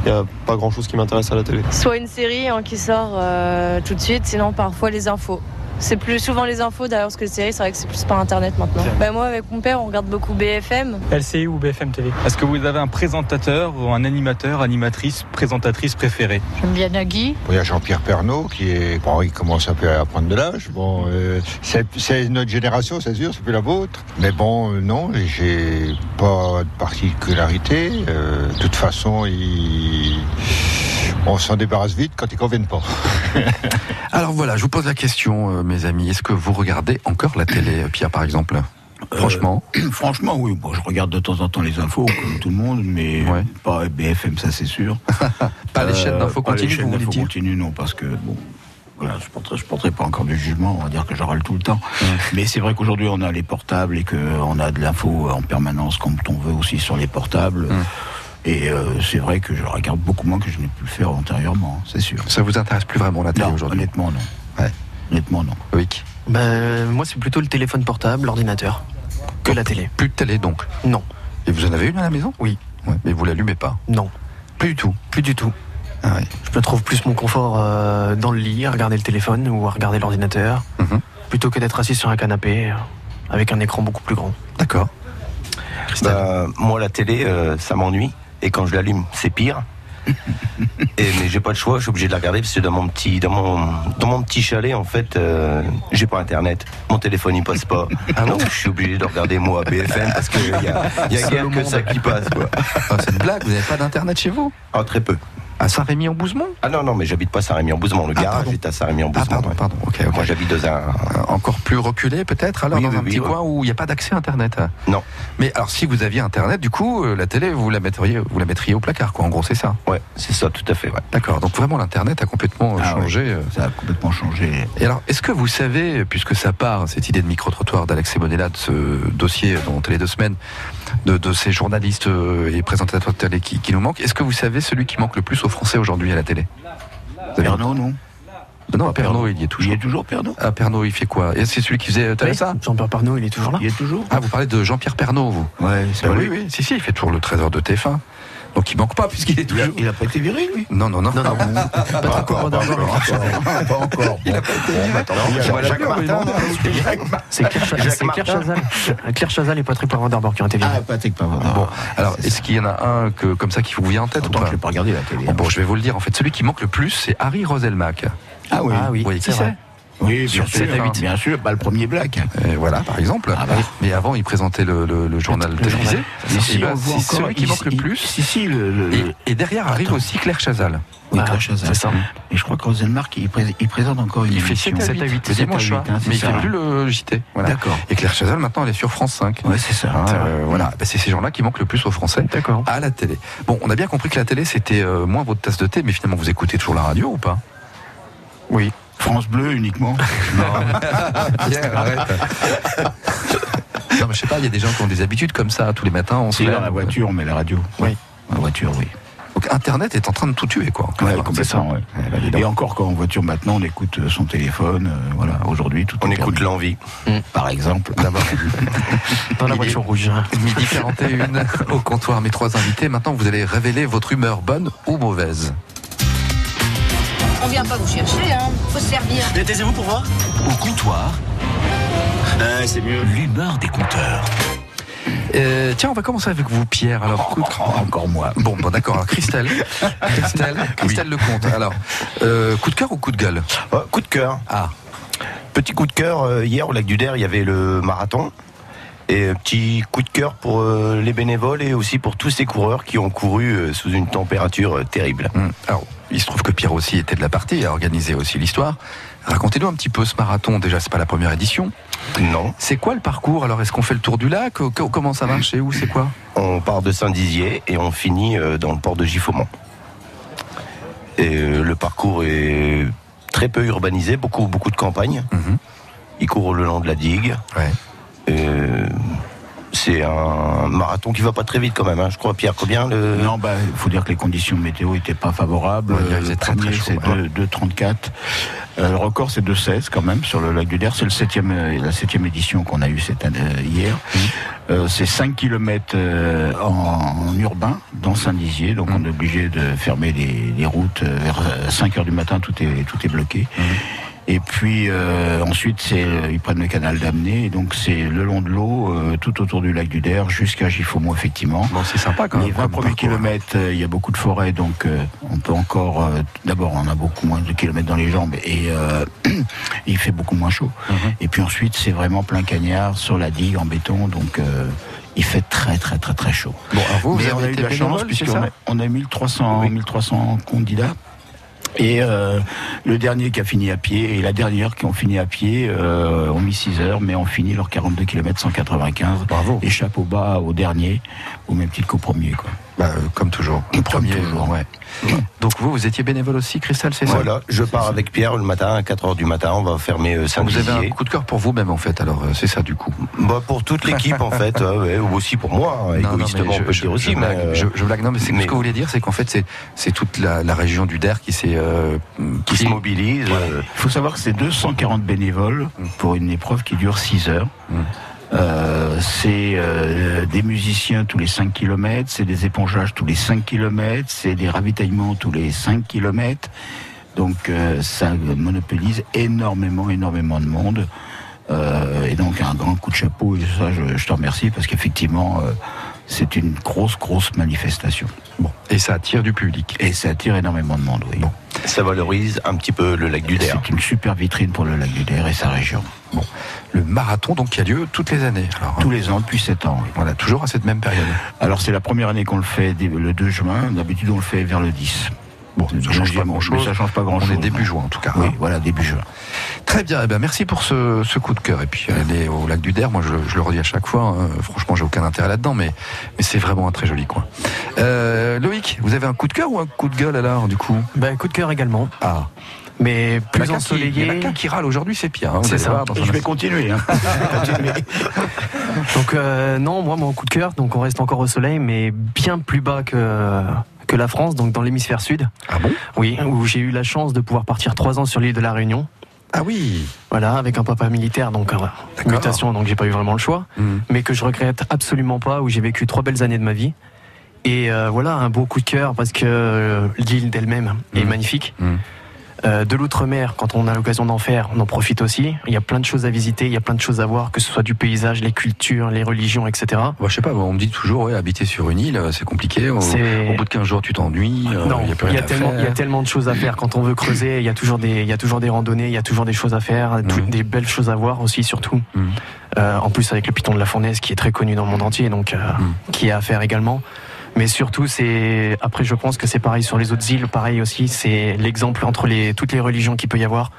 Speaker 13: y a pas grand chose qui m'intéresse à la télé.
Speaker 18: Soit une série hein, qui sort euh, tout de suite, sinon parfois les infos. C'est plus souvent les infos d'ailleurs, parce que les séries, c'est vrai que c'est plus par internet maintenant. Bah, moi, avec mon père, on regarde beaucoup BFM.
Speaker 19: LCI ou BFM TV.
Speaker 17: Est-ce que vous avez un présentateur ou un animateur, animatrice, présentatrice préférée
Speaker 15: J'aime bien Nagui.
Speaker 16: Bon, Il y a Jean-Pierre Pernaud qui est, bon, il commence un peu à prendre de l'âge. Bon, euh, c'est- c'est notre génération, c'est sûr, c'est plus la vôtre. Mais bon, euh, non, j'ai pas de particularité. Euh, de toute façon, il- on s'en débarrasse vite quand ils conviennent pas.
Speaker 2: Alors voilà, je vous pose la question, euh, mes amis. Est-ce que vous regardez encore la télé, euh, Pierre, par exemple
Speaker 3: Euh,
Speaker 2: Franchement
Speaker 3: [clears throat] Franchement, oui. Bon, je regarde de temps en temps les infos, comme tout le monde, mais pas BFM, ça c'est sûr.
Speaker 2: Pas les chaînes d'infos
Speaker 3: euh, pas les
Speaker 2: continues,
Speaker 3: chaînes
Speaker 2: vous voulez
Speaker 3: d'infos
Speaker 2: dire
Speaker 3: continues, non, parce que bon. Voilà, je porterai, je porterai pas encore de jugement, on va dire que j'en râle tout le temps. Mais c'est vrai qu'aujourd'hui on a les portables et qu'on a de l'info en permanence comme on veut aussi sur les portables. Et euh, c'est vrai que je regarde beaucoup moins que je n'ai pu le faire antérieurement, hein, c'est sûr.
Speaker 2: Ça vous intéresse plus vraiment la
Speaker 3: télé aujourd'hui Honnêtement, non. Honnêtement, non.
Speaker 2: Oui.
Speaker 4: Bah, moi, c'est plutôt le téléphone portable, l'ordinateur, que la télé.
Speaker 2: Plus de télé donc
Speaker 4: Non.
Speaker 2: Et vous en avez une à la maison
Speaker 4: Oui.
Speaker 2: Ouais, mais vous l'allumez pas
Speaker 4: Non.
Speaker 2: Plus du tout
Speaker 4: Plus du tout. Je me trouve plus mon confort euh, dans le lit, à regarder le téléphone ou à regarder l'ordinateur, plutôt que d'être assis sur un canapé euh, avec un écran beaucoup plus grand.
Speaker 2: D'accord.
Speaker 6: Bah, moi, la télé, euh, ça m'ennuie. Et quand je l'allume, c'est [laughs] pire. Et, mais j'ai pas de choix, je suis obligé de la regarder parce que dans mon petit, dans mon, dans mon petit chalet, en fait, euh, j'ai pas internet. Mon téléphone il passe [laughs] pas. Donc je suis obligé de regarder moi BFM parce qu'il y a, y a [laughs]
Speaker 2: Seul
Speaker 6: guère
Speaker 2: au
Speaker 6: que
Speaker 2: monde.
Speaker 6: ça qui passe. Quoi.
Speaker 2: c'est une blague, vous n'avez pas d'internet chez vous
Speaker 6: Ah, très peu.
Speaker 2: À Saint-Rémy-en-Bouzemont
Speaker 6: Ah non, non, mais j'habite pas Saint-Rémy-en-Bouzemont. Le garage est à Saint-Rémy-en-Bouzemont. Ah, pardon,
Speaker 2: Ah, pardon,
Speaker 6: Moi j'habite dans un.
Speaker 2: Euh, Encore plus reculé peut-être, alors
Speaker 6: Oui,
Speaker 2: dans
Speaker 6: oui,
Speaker 2: un
Speaker 6: oui,
Speaker 2: petit
Speaker 6: ouais.
Speaker 2: coin où il n'y a pas d'accès à internet. hein.
Speaker 6: Non.
Speaker 2: Mais alors si vous aviez internet, du coup, euh, la télé, vous la mettriez, vous la mettriez au placard, quoi. En gros, c'est ça.
Speaker 6: Ouais, c'est ça, tout à fait. Ouais.
Speaker 2: D'accord. Donc vraiment, l'internet a complètement euh, changé. euh.
Speaker 3: Ça a complètement changé.
Speaker 2: Et alors, est-ce que vous savez, puisque ça part, cette idée de micro-trottoir d'Alex Bonella, de ce dossier dont les deux semaines, de, de ces journalistes euh, et présentateurs de télé qui, qui nous manquent, est-ce que vous savez celui qui manque le plus aux Français aujourd'hui à la télé
Speaker 3: Pernod, non
Speaker 2: Non, à Pernod, il y est toujours. Il est
Speaker 3: toujours Pernod
Speaker 2: À Pernod, il fait quoi Et c'est celui qui faisait euh,
Speaker 4: Oui,
Speaker 2: Thalassa
Speaker 4: Jean-Pierre Parnot, il est toujours là
Speaker 3: Il est toujours.
Speaker 2: Ah, vous parlez de Jean-Pierre Pernod, vous
Speaker 3: Ouais, c'est
Speaker 2: Ben
Speaker 3: pas
Speaker 2: Oui,
Speaker 3: lui.
Speaker 2: oui, si, si, il fait toujours le trésor de TF1. Donc il manque pas, puisqu'il est toujours.
Speaker 3: Il n'a pas été viré, lui
Speaker 2: Non, non, non.
Speaker 4: [laughs]
Speaker 2: pas encore, pas encore.
Speaker 3: Pas encore.
Speaker 2: Il n'a pas été viré.
Speaker 3: il y a Jacques Martin.
Speaker 4: C'est Claire, Cha- c'est Claire Chazal. Claire Chazal et Patrick Poivre d'Arvor qui ont été virés.
Speaker 2: bah,
Speaker 3: Ah, Patrick Poivre
Speaker 2: Bon, alors est-ce qu'il y en a un que, comme ça qui vous vient en tête ou pas Je
Speaker 3: vais pas regarder la télé. hein.
Speaker 2: Bon, bon, je vais vous le dire. En fait, celui qui manque le plus, c'est Harry Roselmack.
Speaker 3: Ah oui.
Speaker 2: Vous voyez qui c'est
Speaker 3: Oui, bien
Speaker 2: Sur
Speaker 3: sûr,
Speaker 2: TF1.
Speaker 3: hein, bien sûr, bah, le premier black.
Speaker 2: Et voilà, par exemple.
Speaker 3: Ah bah
Speaker 2: Mais avant, il présentait le, le- le journal télévisé.
Speaker 3: Et si
Speaker 2: Et ben,
Speaker 3: on le voit
Speaker 2: c'est
Speaker 3: encore,
Speaker 2: celui qui
Speaker 3: il-
Speaker 2: manque le
Speaker 3: il-
Speaker 2: plus. euh,
Speaker 3: Si, si, le- le- le-
Speaker 2: Et, et derrière arrive aussi Claire Chazal.
Speaker 3: Oui, Claire Chazal. Et je crois que Rosenmark, il, pré- il présente encore une
Speaker 2: Il fait
Speaker 3: émission.
Speaker 2: 7 à 8, le dimanche soir.
Speaker 3: hein, c'est
Speaker 2: mais il
Speaker 3: ça,
Speaker 2: fait
Speaker 3: hein.
Speaker 2: plus le JT. Voilà.
Speaker 3: D'accord.
Speaker 2: Et Claire Chazal, maintenant, elle est sur France 5.
Speaker 3: Ouais, c'est ça.
Speaker 2: Hein,
Speaker 3: C'est vrai.
Speaker 2: euh, voilà. Bah, c'est ces gens-là qui manquent le plus aux Français à la télé. Bon, on a bien compris que la télé, c'était euh, moins votre tasse de thé, mais finalement, vous écoutez toujours la radio ou pas
Speaker 4: Oui.
Speaker 3: France Bleu uniquement. Ah,
Speaker 2: Pierre, arrête.
Speaker 3: [laughs]
Speaker 2: non, mais je sais pas, il y a des gens qui ont des habitudes comme ça. Tous les matins, on se
Speaker 3: C'est
Speaker 2: lève.
Speaker 3: dans la voiture, on met la radio.
Speaker 4: Oui.
Speaker 3: La voiture, oui.
Speaker 2: Donc Internet est en train de tout tuer, quoi. quand
Speaker 3: Ouais,
Speaker 2: même, hein,
Speaker 3: complètement,
Speaker 2: c'est ça.
Speaker 3: ouais. Et encore quand en voiture maintenant, on écoute euh, son téléphone. euh, voilà, aujourd'hui, tout
Speaker 6: On écoute l'envie.
Speaker 3: Par exemple.
Speaker 4: Dans la voiture rouge. hein.
Speaker 2: Midi 41 au comptoir, mes trois invités. Maintenant, vous allez révéler votre humeur bonne ou mauvaise.
Speaker 14: On vient pas vous chercher, hein. Faut se servir.
Speaker 1: Taisez-vous pour voir Au comptoir. c'est mieux. L'humeur des compteurs.
Speaker 2: Euh, tiens, on va commencer avec vous, Pierre. Alors,
Speaker 3: Oh, encore moi.
Speaker 2: Bon, bon, d'accord.
Speaker 3: [laughs]
Speaker 2: Alors, Christelle, Christelle, Christelle Lecomte. Alors, euh, coup de cœur ou coup de gueule
Speaker 6: Euh, coup de cœur.
Speaker 2: Ah.
Speaker 6: Petit coup de cœur, euh, hier au lac du Der, il y avait le marathon. Et euh, petit coup de cœur pour euh, les bénévoles et aussi pour tous ces coureurs qui ont couru euh, sous une température euh, terrible.
Speaker 2: Hum, Alors, il se trouve que Pierre aussi était de la partie, a organisé aussi l'histoire. Racontez-nous un petit peu ce marathon. Déjà, c'est pas la première édition.
Speaker 6: Non.
Speaker 2: C'est quoi le parcours Alors, est-ce qu'on fait le tour du lac Co- Comment ça marche et où c'est quoi
Speaker 6: On part de Saint-Dizier et on finit euh, dans le port de Giffaumont. Et euh, le parcours est très peu urbanisé, beaucoup, beaucoup de campagne. Ils courent le long de la digue. Euh, c'est un marathon qui va pas très vite quand même, hein. je crois. Pierre, combien le...
Speaker 3: Non, bah, il faut dire que les conditions météo n'étaient pas favorables.
Speaker 6: Euh, Ouais, il
Speaker 3: Euh,
Speaker 6: faisait
Speaker 3: le
Speaker 6: très, très
Speaker 3: premier,
Speaker 6: chaud,
Speaker 3: c'est
Speaker 6: ouais.
Speaker 3: 2 2,34. Euh, le record, c'est 2,16 quand même sur le lac du Der. C'est le septième, euh, la septième édition qu'on a eue cette année, euh, hier.
Speaker 6: Mmh.
Speaker 3: Euh, c'est 5 km en, en urbain dans Saint-Dizier. Donc
Speaker 6: Mmh.
Speaker 3: on est obligé de fermer les, les routes euh, vers euh, 5 heures du matin. Tout est, tout est bloqué.
Speaker 6: Mmh.
Speaker 3: Et puis euh, ensuite, c'est, euh, ils prennent le canal d'Amenay, et donc c'est le long de l'eau, euh, tout autour du lac du Der, jusqu'à Giffaumont, effectivement.
Speaker 2: Bon, c'est sympa quand même.
Speaker 3: Les 20 premiers kilomètres, euh, il y a beaucoup de forêts, donc euh, on peut encore. euh, D'abord, on a beaucoup moins de kilomètres dans les jambes, et euh, [clears throat] il fait beaucoup moins chaud.
Speaker 2: Mhm.
Speaker 3: Et puis ensuite, c'est vraiment plein cagnard sur la digue en béton, donc euh, il fait très très très très chaud.
Speaker 2: Bon, alors vous, vous
Speaker 3: Mais on
Speaker 2: avez
Speaker 3: a eu
Speaker 2: été
Speaker 3: de la chance
Speaker 2: bénévole, c'est
Speaker 3: puisqu'on
Speaker 2: ça
Speaker 3: a, on a 1300, 1300 candidats. Et euh, le dernier qui a fini à pied et la dernière qui ont fini à pied euh, ont mis 6 heures, mais ont fini leurs 42 km 195.
Speaker 2: Bravo.
Speaker 3: Et chapeau bas au dernier au même titre qu'au premier. Quoi.
Speaker 2: Bah, euh, comme toujours. Le premier, ouais. Donc vous, vous étiez bénévole aussi, Cristal, c'est ça
Speaker 6: Voilà, je pars avec Pierre le matin à 4h du matin, on va fermer euh, 5
Speaker 2: Vous avez un coup de cœur pour vous-même, en fait, alors euh, c'est ça du coup.
Speaker 6: Bah, pour toute l'équipe en
Speaker 2: [laughs]
Speaker 6: fait, euh, ouais, ou aussi pour moi, hein,
Speaker 3: Bah,
Speaker 2: Non, non,
Speaker 6: égoïstement
Speaker 2: mais
Speaker 6: on peut
Speaker 2: je-
Speaker 6: le dire
Speaker 2: je-
Speaker 6: aussi.
Speaker 2: Je
Speaker 6: mais,
Speaker 2: blague,
Speaker 6: euh,
Speaker 2: je, je blague. non, mais, c'est ce
Speaker 6: mais-
Speaker 2: que vous voulez dire, c'est qu'en fait, c'est- c'est toute la, la région du DER qui s'est. euh,
Speaker 3: qui se mobilise. Il
Speaker 6: euh,
Speaker 3: faut savoir que c'est 240 bénévoles pour une épreuve qui dure 6 heures. Euh, c'est euh, des musiciens tous les 5 km, c'est des épongeages tous les 5 km, c'est des ravitaillements tous les 5 km. Donc euh, ça monopolise énormément, énormément de monde. Euh, et donc un grand coup de chapeau, et ça je, je te remercie parce qu'effectivement euh, c'est une grosse, grosse manifestation.
Speaker 2: Bon. Et ça attire du public.
Speaker 3: Et ça attire énormément de monde, oui.
Speaker 6: Ça valorise un petit peu le lac du Der.
Speaker 3: C'est une super vitrine pour le lac du Der et sa région.
Speaker 2: Bon, le marathon donc qui a lieu toutes les années. Alors, hein,
Speaker 3: Tous les ans, depuis 7 ans.
Speaker 2: Voilà, toujours à cette même période.
Speaker 3: Alors c'est la première année qu'on le fait dès- le 2 juin. D'habitude on le fait vers le 10.
Speaker 2: Bon, ça change pas
Speaker 3: Mais
Speaker 2: grand-chose.
Speaker 3: Ça change pas grand chose.
Speaker 2: On est début juin, en tout cas. hein.
Speaker 3: Oui, voilà, début juin.
Speaker 2: Très bien, eh ben, merci pour ce, ce coup de cœur. Et puis aller au lac du Der, moi je, je le redis à chaque fois, hein, franchement j'ai aucun intérêt là-dedans, mais, mais c'est vraiment un très joli coin. Euh, Loïc, vous avez un coup de cœur ou un coup de gueule alors du coup
Speaker 4: Ben coup de cœur également.
Speaker 2: Ah.
Speaker 4: Mais plus
Speaker 2: Il y en a
Speaker 4: ensoleillé.
Speaker 2: qu'un qui râle aujourd'hui, c'est Pierre. hein, vous
Speaker 4: C'est
Speaker 2: allez
Speaker 4: ça.
Speaker 2: voir dans un instant.
Speaker 3: continuer.
Speaker 4: Donc euh, non, moi mon coup de cœur, donc on reste encore au soleil, mais bien plus bas que que la France, donc dans l'hémisphère sud.
Speaker 2: Ah bon
Speaker 4: Oui, où j'ai eu la chance de pouvoir partir trois ans sur l'île de la Réunion.
Speaker 2: Ah oui.
Speaker 4: Voilà, avec un papa militaire, donc euh, mutation, donc j'ai pas eu vraiment le choix,
Speaker 2: Mhm.
Speaker 4: mais que je regrette absolument pas, où j'ai vécu trois belles années de ma vie. Et euh, voilà, un beau coup de cœur parce que euh, l'île d'elle-même
Speaker 2: Mhm.
Speaker 4: est magnifique. Euh, de l'outre-mer, quand on a l'occasion d'en faire, on en profite aussi. Il y a plein de choses à visiter, il y a plein de choses à voir, que ce soit du paysage, les cultures, les religions, etc.
Speaker 2: Bah, je sais pas, on me dit toujours, ouais, habiter sur une île, euh, c'est compliqué. Au,
Speaker 4: C'est-
Speaker 2: au bout de 15 jours, tu t'ennuies. euh,
Speaker 4: Non,
Speaker 2: il y a plus rien à
Speaker 4: tellement,
Speaker 2: faire.
Speaker 4: il y a tellement de choses à faire. Quand on veut creuser, il y a toujours des, il y a toujours des randonnées, il y a toujours des choses à faire,
Speaker 2: Mhm.
Speaker 4: tout- des belles choses à voir aussi, surtout. Euh, en plus, avec le piton de la fournaise qui est très connu dans le monde entier, donc euh,
Speaker 2: Mhm.
Speaker 4: qui est à faire également. Mais surtout, c'est après, je pense que c'est pareil sur les autres îles, pareil aussi. C'est l'exemple entre les, toutes les religions qu'il peut y avoir.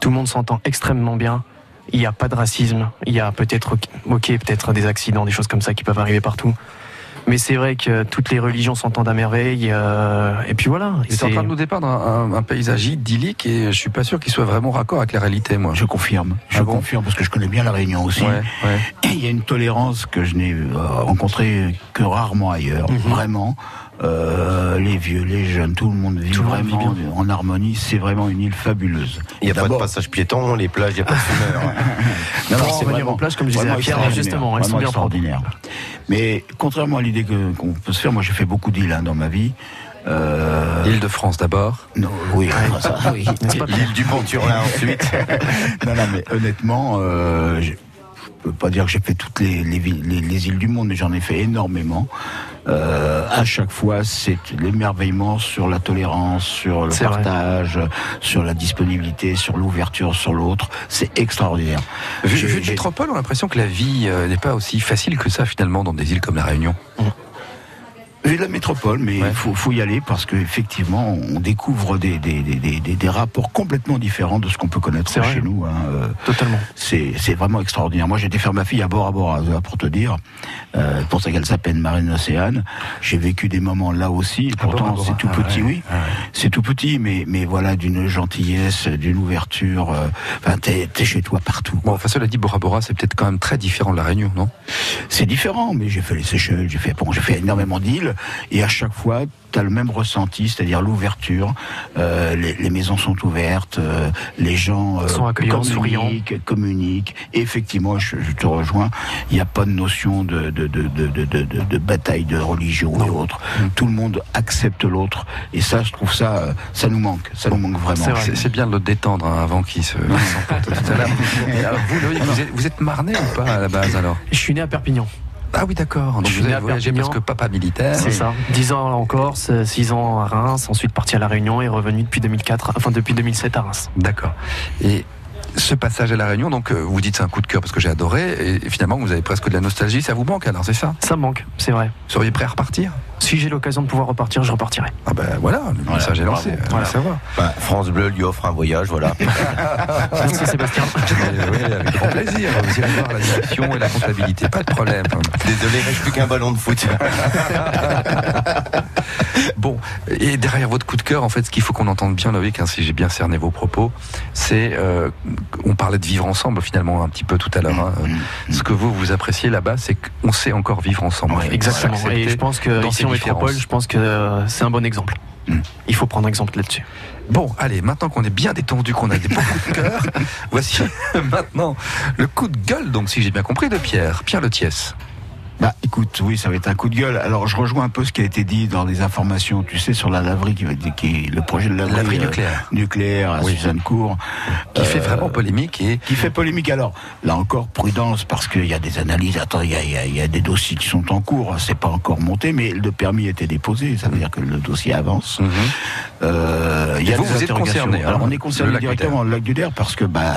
Speaker 4: Tout le monde s'entend extrêmement bien. Il n'y a pas de racisme. Il y a peut-être, ok, peut-être des accidents, des choses comme ça qui peuvent arriver partout. Mais c'est vrai que toutes les religions s'entendent à merveille. euh, et puis voilà.
Speaker 2: Il est en
Speaker 4: c'est-
Speaker 2: train de nous dépeindre un, un- un paysage idyllique et je suis pas sûr qu'il soit vraiment raccord avec la réalité, moi. Je
Speaker 3: confirme. Je confirme parce que je connais bien la Réunion aussi.
Speaker 2: Ah Ouais, ouais.
Speaker 3: Il y a une tolérance que je n'ai euh, rencontrée que rarement ailleurs,
Speaker 2: Mhm.
Speaker 3: vraiment. Euh, les vieux, les jeunes, tout le monde vit vraiment en harmonie. C'est vraiment une île fabuleuse.
Speaker 6: Il n'y a pas de passage piéton, les plages, il n'y a pas de
Speaker 2: [laughs]
Speaker 6: fumeur.
Speaker 3: Non, non,
Speaker 6: Pour
Speaker 3: c'est
Speaker 6: revenir
Speaker 3: vraiment-
Speaker 6: aux plages, comme je disais
Speaker 3: vraiment
Speaker 6: à Pierre,
Speaker 3: extraordinaire,
Speaker 6: justement, elles sont
Speaker 3: vraiment
Speaker 6: bien propres.
Speaker 3: extraordinaire. Mais contrairement à l'idée que- qu'on peut se faire, moi j'ai fait beaucoup d'îles hein, dans ma vie. Euh,
Speaker 4: Bah.
Speaker 2: Île de France d'abord.
Speaker 3: Non, oui,
Speaker 6: [laughs]
Speaker 3: ça,
Speaker 2: Ah
Speaker 4: [laughs]
Speaker 3: oui.
Speaker 6: L'île du Venturin
Speaker 2: [laughs]
Speaker 6: ensuite.
Speaker 3: non, non, mais honnêtement, euh, je je peux pas dire que j'ai fait toutes les, les villes- les- les îles du monde, mais j'en ai fait énormément. Euh, à chaque fois, c'est l'émerveillement sur la tolérance, sur le
Speaker 4: C'est vrai.
Speaker 3: partage, sur la disponibilité, sur l'ouverture sur l'autre. C'est extraordinaire.
Speaker 2: Vu,
Speaker 3: J'ai-
Speaker 2: vu de
Speaker 3: j'ai-
Speaker 2: métropole, on a l'impression que la vie euh, n'est pas aussi facile que ça finalement dans des îles comme la Réunion.
Speaker 3: J'ai de la métropole, mais il faut, faut y aller parce qu'effectivement, on découvre des, des, des, des- des- des rapports complètement différents de ce qu'on peut connaître chez nous. hein. Euh,
Speaker 4: Totalement.
Speaker 3: C'est c'est vraiment extraordinaire. Moi, j'ai été faire ma fille à Bora Bora, euh, pour te dire. Euh, c'est pour ça qu'elle s'appelle Marine Océane. J'ai vécu des moments là aussi. Et pourtant, c'est tout petit, oui. C'est tout petit, mais, mais voilà, d'une gentillesse, d'une ouverture. euh, Enfin, t'es t'es chez toi partout.
Speaker 2: Bon, enfin cela dit, Bora Bora, c'est peut-être quand même très différent de la Réunion, non
Speaker 3: C'est différent, mais j'ai fait les Seychelles, j'ai fait, bon, j'ai fait énormément d'îles, et à chaque fois, tu as le même ressenti, c'est-à-dire l'ouverture, euh, les, les maisons sont ouvertes, euh, les gens euh,
Speaker 4: Sont accueillants, souriants.
Speaker 3: communiquent, communiquent. Et effectivement, je, je te rejoins, il n'y a pas de notion de, de, de, de, de, de- de- de bataille de religion et autres. Tout le monde accepte l'autre, et ça, je trouve ça, euh, ça nous manque, ça nous manque vraiment.
Speaker 2: C'est c'est bien de le détendre hein, avant qu'il se il s'emporte tout
Speaker 4: [laughs]
Speaker 2: à l'heure. Et alors, vous, Loïc, vous êtes, vous êtes marnais ou pas à la base alors
Speaker 4: Je suis né à Perpignan.
Speaker 2: Ah oui, d'accord. Donc
Speaker 4: Bah Je suis
Speaker 2: vous
Speaker 4: né
Speaker 2: avez
Speaker 4: à
Speaker 2: voyagé parce
Speaker 4: Perpignan.
Speaker 2: que papa militaire.
Speaker 4: C'est ça. 10 ans en Corse, 6 ans à Reims, ensuite parti à La Réunion et revenu depuis 2004, enfin depuis 2007 à Reims.
Speaker 2: D'accord. Et ce passage à La Réunion, donc euh, vous dites c'est un coup de cœur parce que j'ai adoré, et finalement vous avez presque de la nostalgie, ça vous manque alors, c'est ça
Speaker 4: Ça me manque, c'est vrai.
Speaker 2: Seriez prêt à repartir
Speaker 4: Si j'ai l'occasion de pouvoir repartir, je repartirai.
Speaker 2: Ah ben voilà, le message est lancé, euh, on va savoir.
Speaker 6: Bah, France Bleu lui offre un voyage, voilà.
Speaker 2: [laughs]
Speaker 4: Merci Sébastien.
Speaker 2: [laughs] oui, avec grand plaisir, vous irez voir la direction et la comptabilité, pas de problème.
Speaker 6: Désolé, reste plus qu'un ballon
Speaker 2: [laughs]
Speaker 6: de foot.
Speaker 2: Bon, et derrière votre coup de cœur, en fait, ce qu'il faut qu'on entende bien, Loïc, hein, si j'ai bien cerné vos propos, c'est, euh, on parlait de vivre ensemble finalement un petit peu tout à l'heure. hein. Ce que vous vous appréciez là-bas, c'est qu'on sait encore vivre ensemble.
Speaker 4: Exactement.
Speaker 2: Voilà,
Speaker 4: Et je pense que
Speaker 2: dans
Speaker 4: ici
Speaker 2: ces
Speaker 4: en métropole,
Speaker 2: différences. Hmm.
Speaker 4: je pense que euh, c'est un bon exemple. Il faut prendre exemple là-dessus.
Speaker 2: Bon, allez, maintenant qu'on est bien détendu, qu'on a des bons coups de cœur,
Speaker 3: [laughs]
Speaker 2: voici [laughs] maintenant le coup de gueule, donc si j'ai bien compris, de Pierre, Pierre Le Thiès.
Speaker 3: Bah écoute, oui, ça va être un coup de gueule. Alors je rejoins un peu ce qui a été dit dans les informations, tu sais, sur la laverie, qui, va être- qui est le projet de laverie,
Speaker 2: Laverie
Speaker 3: euh,
Speaker 2: nucléaire.
Speaker 3: nucléaire à Suzanne Cour.
Speaker 2: Qui fait vraiment polémique et...
Speaker 3: Qui fait polémique. Alors là encore, prudence, parce qu'il y a des analyses, attends, il y a, il y a- il y a des dossiers qui sont en cours, c'est pas encore monté, mais le permis a été déposé, ça veut dire que le dossier avance.
Speaker 2: Mm.
Speaker 3: Euh, il y
Speaker 2: Et
Speaker 3: a
Speaker 2: vous,
Speaker 3: des
Speaker 2: vous êtes
Speaker 3: interrogations.
Speaker 2: concerné, hein,
Speaker 3: Alors on est
Speaker 2: le
Speaker 3: concerné
Speaker 2: lac du Der.
Speaker 3: directement dans le lac du Der parce que bah,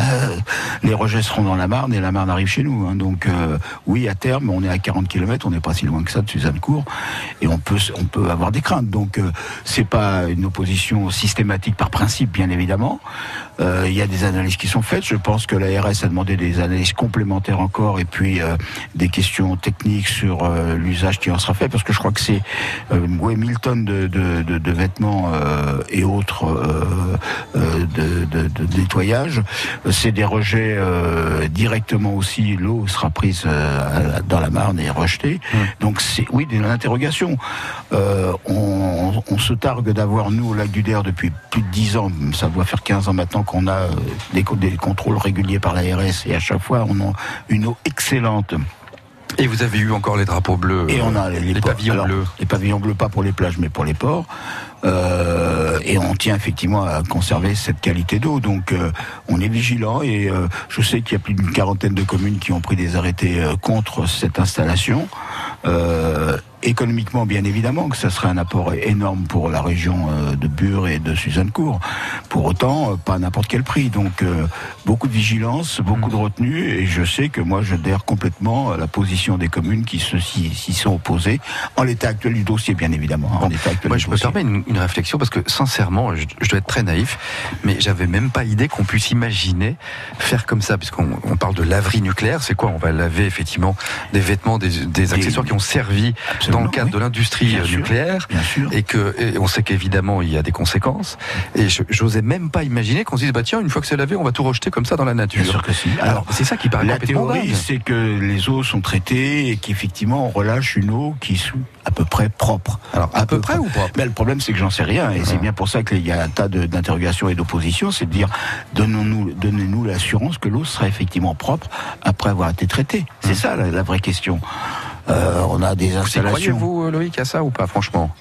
Speaker 3: les rejets seront dans la Marne et la Marne arrive chez nous. hein. Donc euh, oui, à terme, on est à 40 km, on n'est pas si loin que ça de Suzanne-Court et on peut, on peut avoir des craintes. Donc euh, c'est pas une opposition systématique par principe, bien évidemment. Euh, Il y a des analyses qui sont faites. Je pense que l'ARS a demandé des analyses complémentaires encore et puis euh, des questions techniques sur euh, l'usage qui en sera fait parce que je crois que c'est euh, ouais, 1000 tonnes de, de- de- de vêtements euh, et autres euh, euh, de, de- de nettoyage. C'est des rejets euh, directement aussi. L'eau sera prise euh, à- dans la Marne et rejetée. Donc c'est oui, des interrogations. Euh, on, on se targue d'avoir nous au lac du Der depuis plus de 10 ans. Ça doit faire 15 ans maintenant qu'on a euh, des, co- des contrôles réguliers par l'ARS et à chaque fois on a une eau excellente.
Speaker 2: Et vous avez eu encore les drapeaux bleus,
Speaker 3: Et on a
Speaker 2: euh,
Speaker 3: les,
Speaker 2: les,
Speaker 3: ports.
Speaker 2: pavillons
Speaker 3: Alors,
Speaker 2: bleus.
Speaker 3: Les pavillons bleus, pas pour les plages, mais pour les ports. Euh, et on tient effectivement à conserver cette qualité d'eau. Donc euh, on est vigilant et euh, je sais qu'il y a plus d'une quarantaine de communes qui ont pris des arrêtés euh, contre cette installation. Euh, économiquement, bien évidemment, que ça serait un apport énorme pour la région euh, de Bure et de Suzannecourt. Pour autant, euh, pas à n'importe quel prix. Donc euh, beaucoup de vigilance, beaucoup de retenue et je sais que moi je adhère complètement à la position des communes qui se- s'y s'y sont opposées en l'état actuel du dossier, bien évidemment. hein, en l'état actuel
Speaker 2: Moi,
Speaker 3: du
Speaker 2: je me
Speaker 3: dossier.
Speaker 2: permets une, une réflexion parce que sincèrement, je, je dois être très naïf, mais j'avais même pas idée qu'on puisse imaginer faire comme ça, puisqu'on on parle de laverie nucléaire. C'est quoi On va laver effectivement des vêtements, des, des accessoires qui ont servi dans le cadre de l'industrie
Speaker 3: Bien
Speaker 2: euh,
Speaker 3: sûr,
Speaker 2: nucléaire,
Speaker 3: bien sûr.
Speaker 2: et que et on sait qu'évidemment il y a des conséquences. Et je- j'osais même pas imaginer qu'on se dise bah tiens, une fois que c'est lavé, on va tout rejeter comme ça dans la nature.
Speaker 3: sûr que si.
Speaker 2: Alors,
Speaker 3: Alors,
Speaker 2: c'est ça qui paraît
Speaker 3: La
Speaker 2: complètement
Speaker 3: théorie,
Speaker 2: dingue.
Speaker 3: c'est que les eaux sont traitées et qu'effectivement, on relâche une eau qui est sous- à peu près propre.
Speaker 2: Alors, à, peu, près, ou pas
Speaker 3: Ben, le problème, c'est que j'en sais rien, et c'est bien pour ça qu'il y a un tas de- d'interrogations et d'oppositions, c'est de dire, donnons-nous, donnez-nous l'assurance que l'eau sera effectivement propre après avoir été traitée. C'est ça la, la vraie question. Euh, on a des
Speaker 2: Vous y croyez,
Speaker 3: installations.
Speaker 2: vous, euh, Loïc, à ça ou pas, franchement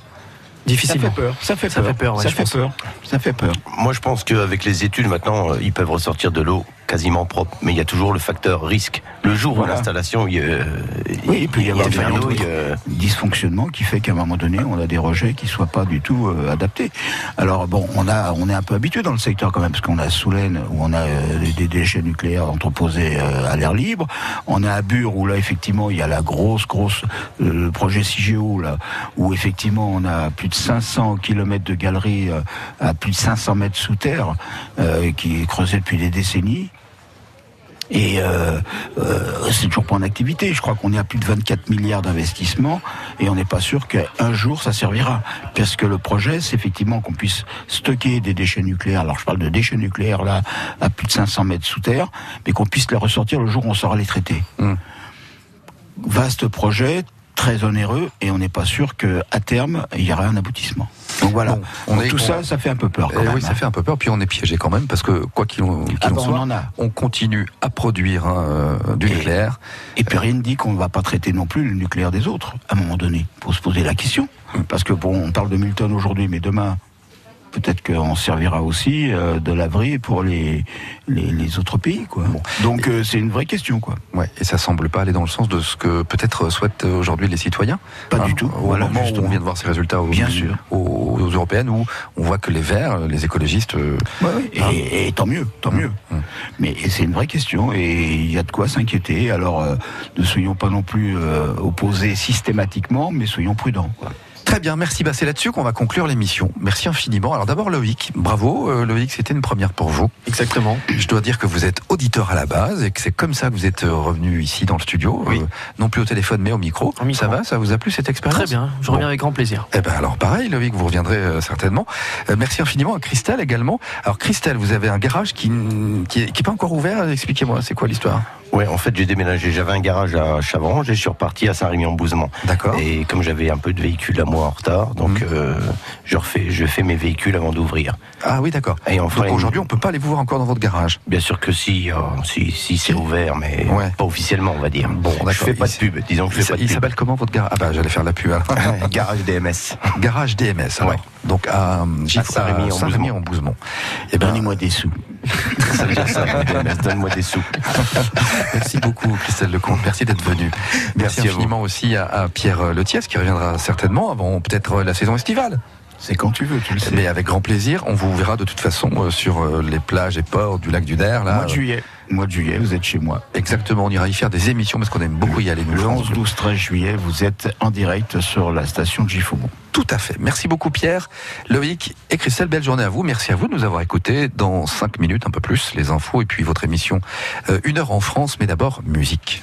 Speaker 4: Difficilement.
Speaker 3: Ça fait
Speaker 4: Ça fait peur, ouais,
Speaker 3: ça
Speaker 4: je
Speaker 3: fait
Speaker 4: pense.
Speaker 3: peur. Ça fait peur.
Speaker 6: Moi, je pense qu'avec les études, maintenant, euh, ils peuvent ressortir de l'eau quasiment propre. Mais il y a toujours le facteur risque. Le jour
Speaker 3: Voilà.
Speaker 6: où l'installation, il, euh,
Speaker 3: Oui, il peut y avoir
Speaker 6: il
Speaker 3: des
Speaker 6: fait un eau,
Speaker 3: dysfonctionnements
Speaker 6: il, euh,
Speaker 3: dysfonctionnement qui fait qu'à un moment donné, on a des rejets qui soient pas du tout euh, adaptés. Alors bon, on a, on est un peu habitué dans le secteur quand même, parce qu'on a Soulaine où on a euh, des- des déchets nucléaires entreposés euh, à l'air libre. On a à Bure où là effectivement il y a la grosse, grosse euh, le projet CIGEO là, où effectivement on a plus de 500 km de galeries euh, à plus de 500 mètres sous terre euh, qui est creusée depuis des décennies. Et euh, euh, c'est toujours pas en activité. Je crois qu'on est à plus de 24 milliards d'investissements et on n'est pas sûr qu'un jour ça servira. Parce que le projet, c'est effectivement qu'on puisse stocker des déchets nucléaires. Alors je parle de déchets nucléaires là à plus de 500 mètres sous terre, mais qu'on puisse les ressortir le jour où on saura les traiter.
Speaker 2: Hum.
Speaker 3: Vaste projet, très onéreux et on n'est pas sûr que à terme il y aura un aboutissement. Donc voilà.
Speaker 2: Bon, on
Speaker 3: Donc,
Speaker 2: est-
Speaker 3: tout
Speaker 2: on-
Speaker 3: ça, ça fait un peu peur. Quand
Speaker 2: Eh
Speaker 3: même,
Speaker 2: oui,
Speaker 3: hein.
Speaker 2: ça fait un peu peur. Puis on est piégé quand même parce que quoi qu'il en, qu'il
Speaker 3: Ah
Speaker 2: en
Speaker 3: bah, on
Speaker 2: soit,
Speaker 3: en a.
Speaker 2: on continue à produire hein, euh, du nucléaire.
Speaker 3: Et puis rien ne dit qu'on ne va pas traiter non plus le nucléaire des autres, à un moment donné. Il faut se poser la question. Parce que bon, on parle de Milton aujourd'hui, mais demain, peut-être qu'on servira aussi euh, de l'abri pour les, les, les autres pays. Quoi. Donc euh, c'est une vraie question. Quoi.
Speaker 2: Ouais, et ça semble pas aller dans le sens de ce que peut-être souhaitent aujourd'hui les citoyens. Pas du tout. Hein, Au
Speaker 3: Voilà,
Speaker 2: moment où
Speaker 3: justement.
Speaker 2: Ah, on vient de voir ces résultats aux,
Speaker 3: Bien sûr.
Speaker 2: aux, aux européennes où on voit que les Verts, les écologistes, euh,
Speaker 3: Et, et tant mieux, tant
Speaker 2: Ah,
Speaker 3: mieux. Mais c'est une vraie question et il y a de quoi s'inquiéter. Alors euh, ne soyons pas non plus euh, opposés systématiquement, mais soyons prudents. quoi.
Speaker 2: Très bien, merci. Bah, c'est là-dessus qu'on va conclure l'émission. Merci infiniment. Alors d'abord Loïc, bravo. Euh, Loïc, c'était une première pour vous.
Speaker 4: Exactement.
Speaker 2: Je dois dire que vous êtes auditeur à la base et que c'est comme ça que vous êtes euh, revenu ici dans le studio. Euh, non plus au téléphone mais au micro. Ça va Ça vous a plu cette expérience
Speaker 4: Très bien, je
Speaker 2: Bon.
Speaker 4: reviens avec grand plaisir.
Speaker 2: Eh ben alors pareil Loïc, vous reviendrez euh, certainement. Euh, merci infiniment à Christelle également. Alors Christelle, vous avez un garage qui n- qui est- qui est pas encore ouvert. Expliquez-moi, c'est quoi l'histoire
Speaker 6: Ouais, en fait, j'ai déménagé. J'avais un garage à Chavrange et je suis reparti à Saint-Rémy-en-Bouzement.
Speaker 2: D'accord.
Speaker 6: Et comme j'avais un peu de véhicules à moi en retard, donc euh, je refais, je fais mes véhicules avant d'ouvrir.
Speaker 2: Ah oui, d'accord.
Speaker 6: Et enfin,
Speaker 2: Donc aujourd'hui, on peut pas aller vous voir encore dans votre garage.
Speaker 6: Bien sûr que si, euh, si, si c'est ouvert, mais pas officiellement, on va dire. Bon, je fais pas de pub. Disons que je fais pas de
Speaker 2: Il
Speaker 6: pub.
Speaker 2: s'appelle comment votre garage Ah bah j'allais faire la pub. alors.
Speaker 6: Garage DMS.
Speaker 2: Garage DMS. Alors. Donc à, euh, Gif-
Speaker 6: Saint-Rémy
Speaker 2: à
Speaker 6: en
Speaker 2: Saint-Rémy en Bouzemont. Et ben,
Speaker 3: Donnez-moi des sous.
Speaker 6: Ça veut dire ça, [laughs] DMS, donne-moi des sous.
Speaker 2: [laughs] Merci beaucoup Christelle Lecomte, merci d'être venu. Merci, infiniment aussi à, à Pierre euh, Letiès qui reviendra certainement avant peut-être euh, la saison estivale.
Speaker 3: C'est quand tu veux, tu le sais.
Speaker 2: Mais avec grand plaisir, on vous verra de toute façon euh, sur euh, les plages et ports du lac du Der. Là,
Speaker 3: Mois de juillet. Mois de juillet, vous êtes chez moi.
Speaker 2: Exactement, on ira y faire des émissions parce qu'on aime beaucoup y aller. Nous,
Speaker 3: Le
Speaker 2: France
Speaker 3: 11, 12, 13 juillet, vous êtes en direct sur la station de Gifaumont.
Speaker 2: Tout à fait. Merci beaucoup Pierre, Loïc et Christelle. Belle journée à vous. Merci à vous de nous avoir écoutés dans 5 minutes, un peu plus, les infos et puis votre émission. euh, une heure en France, mais d'abord musique.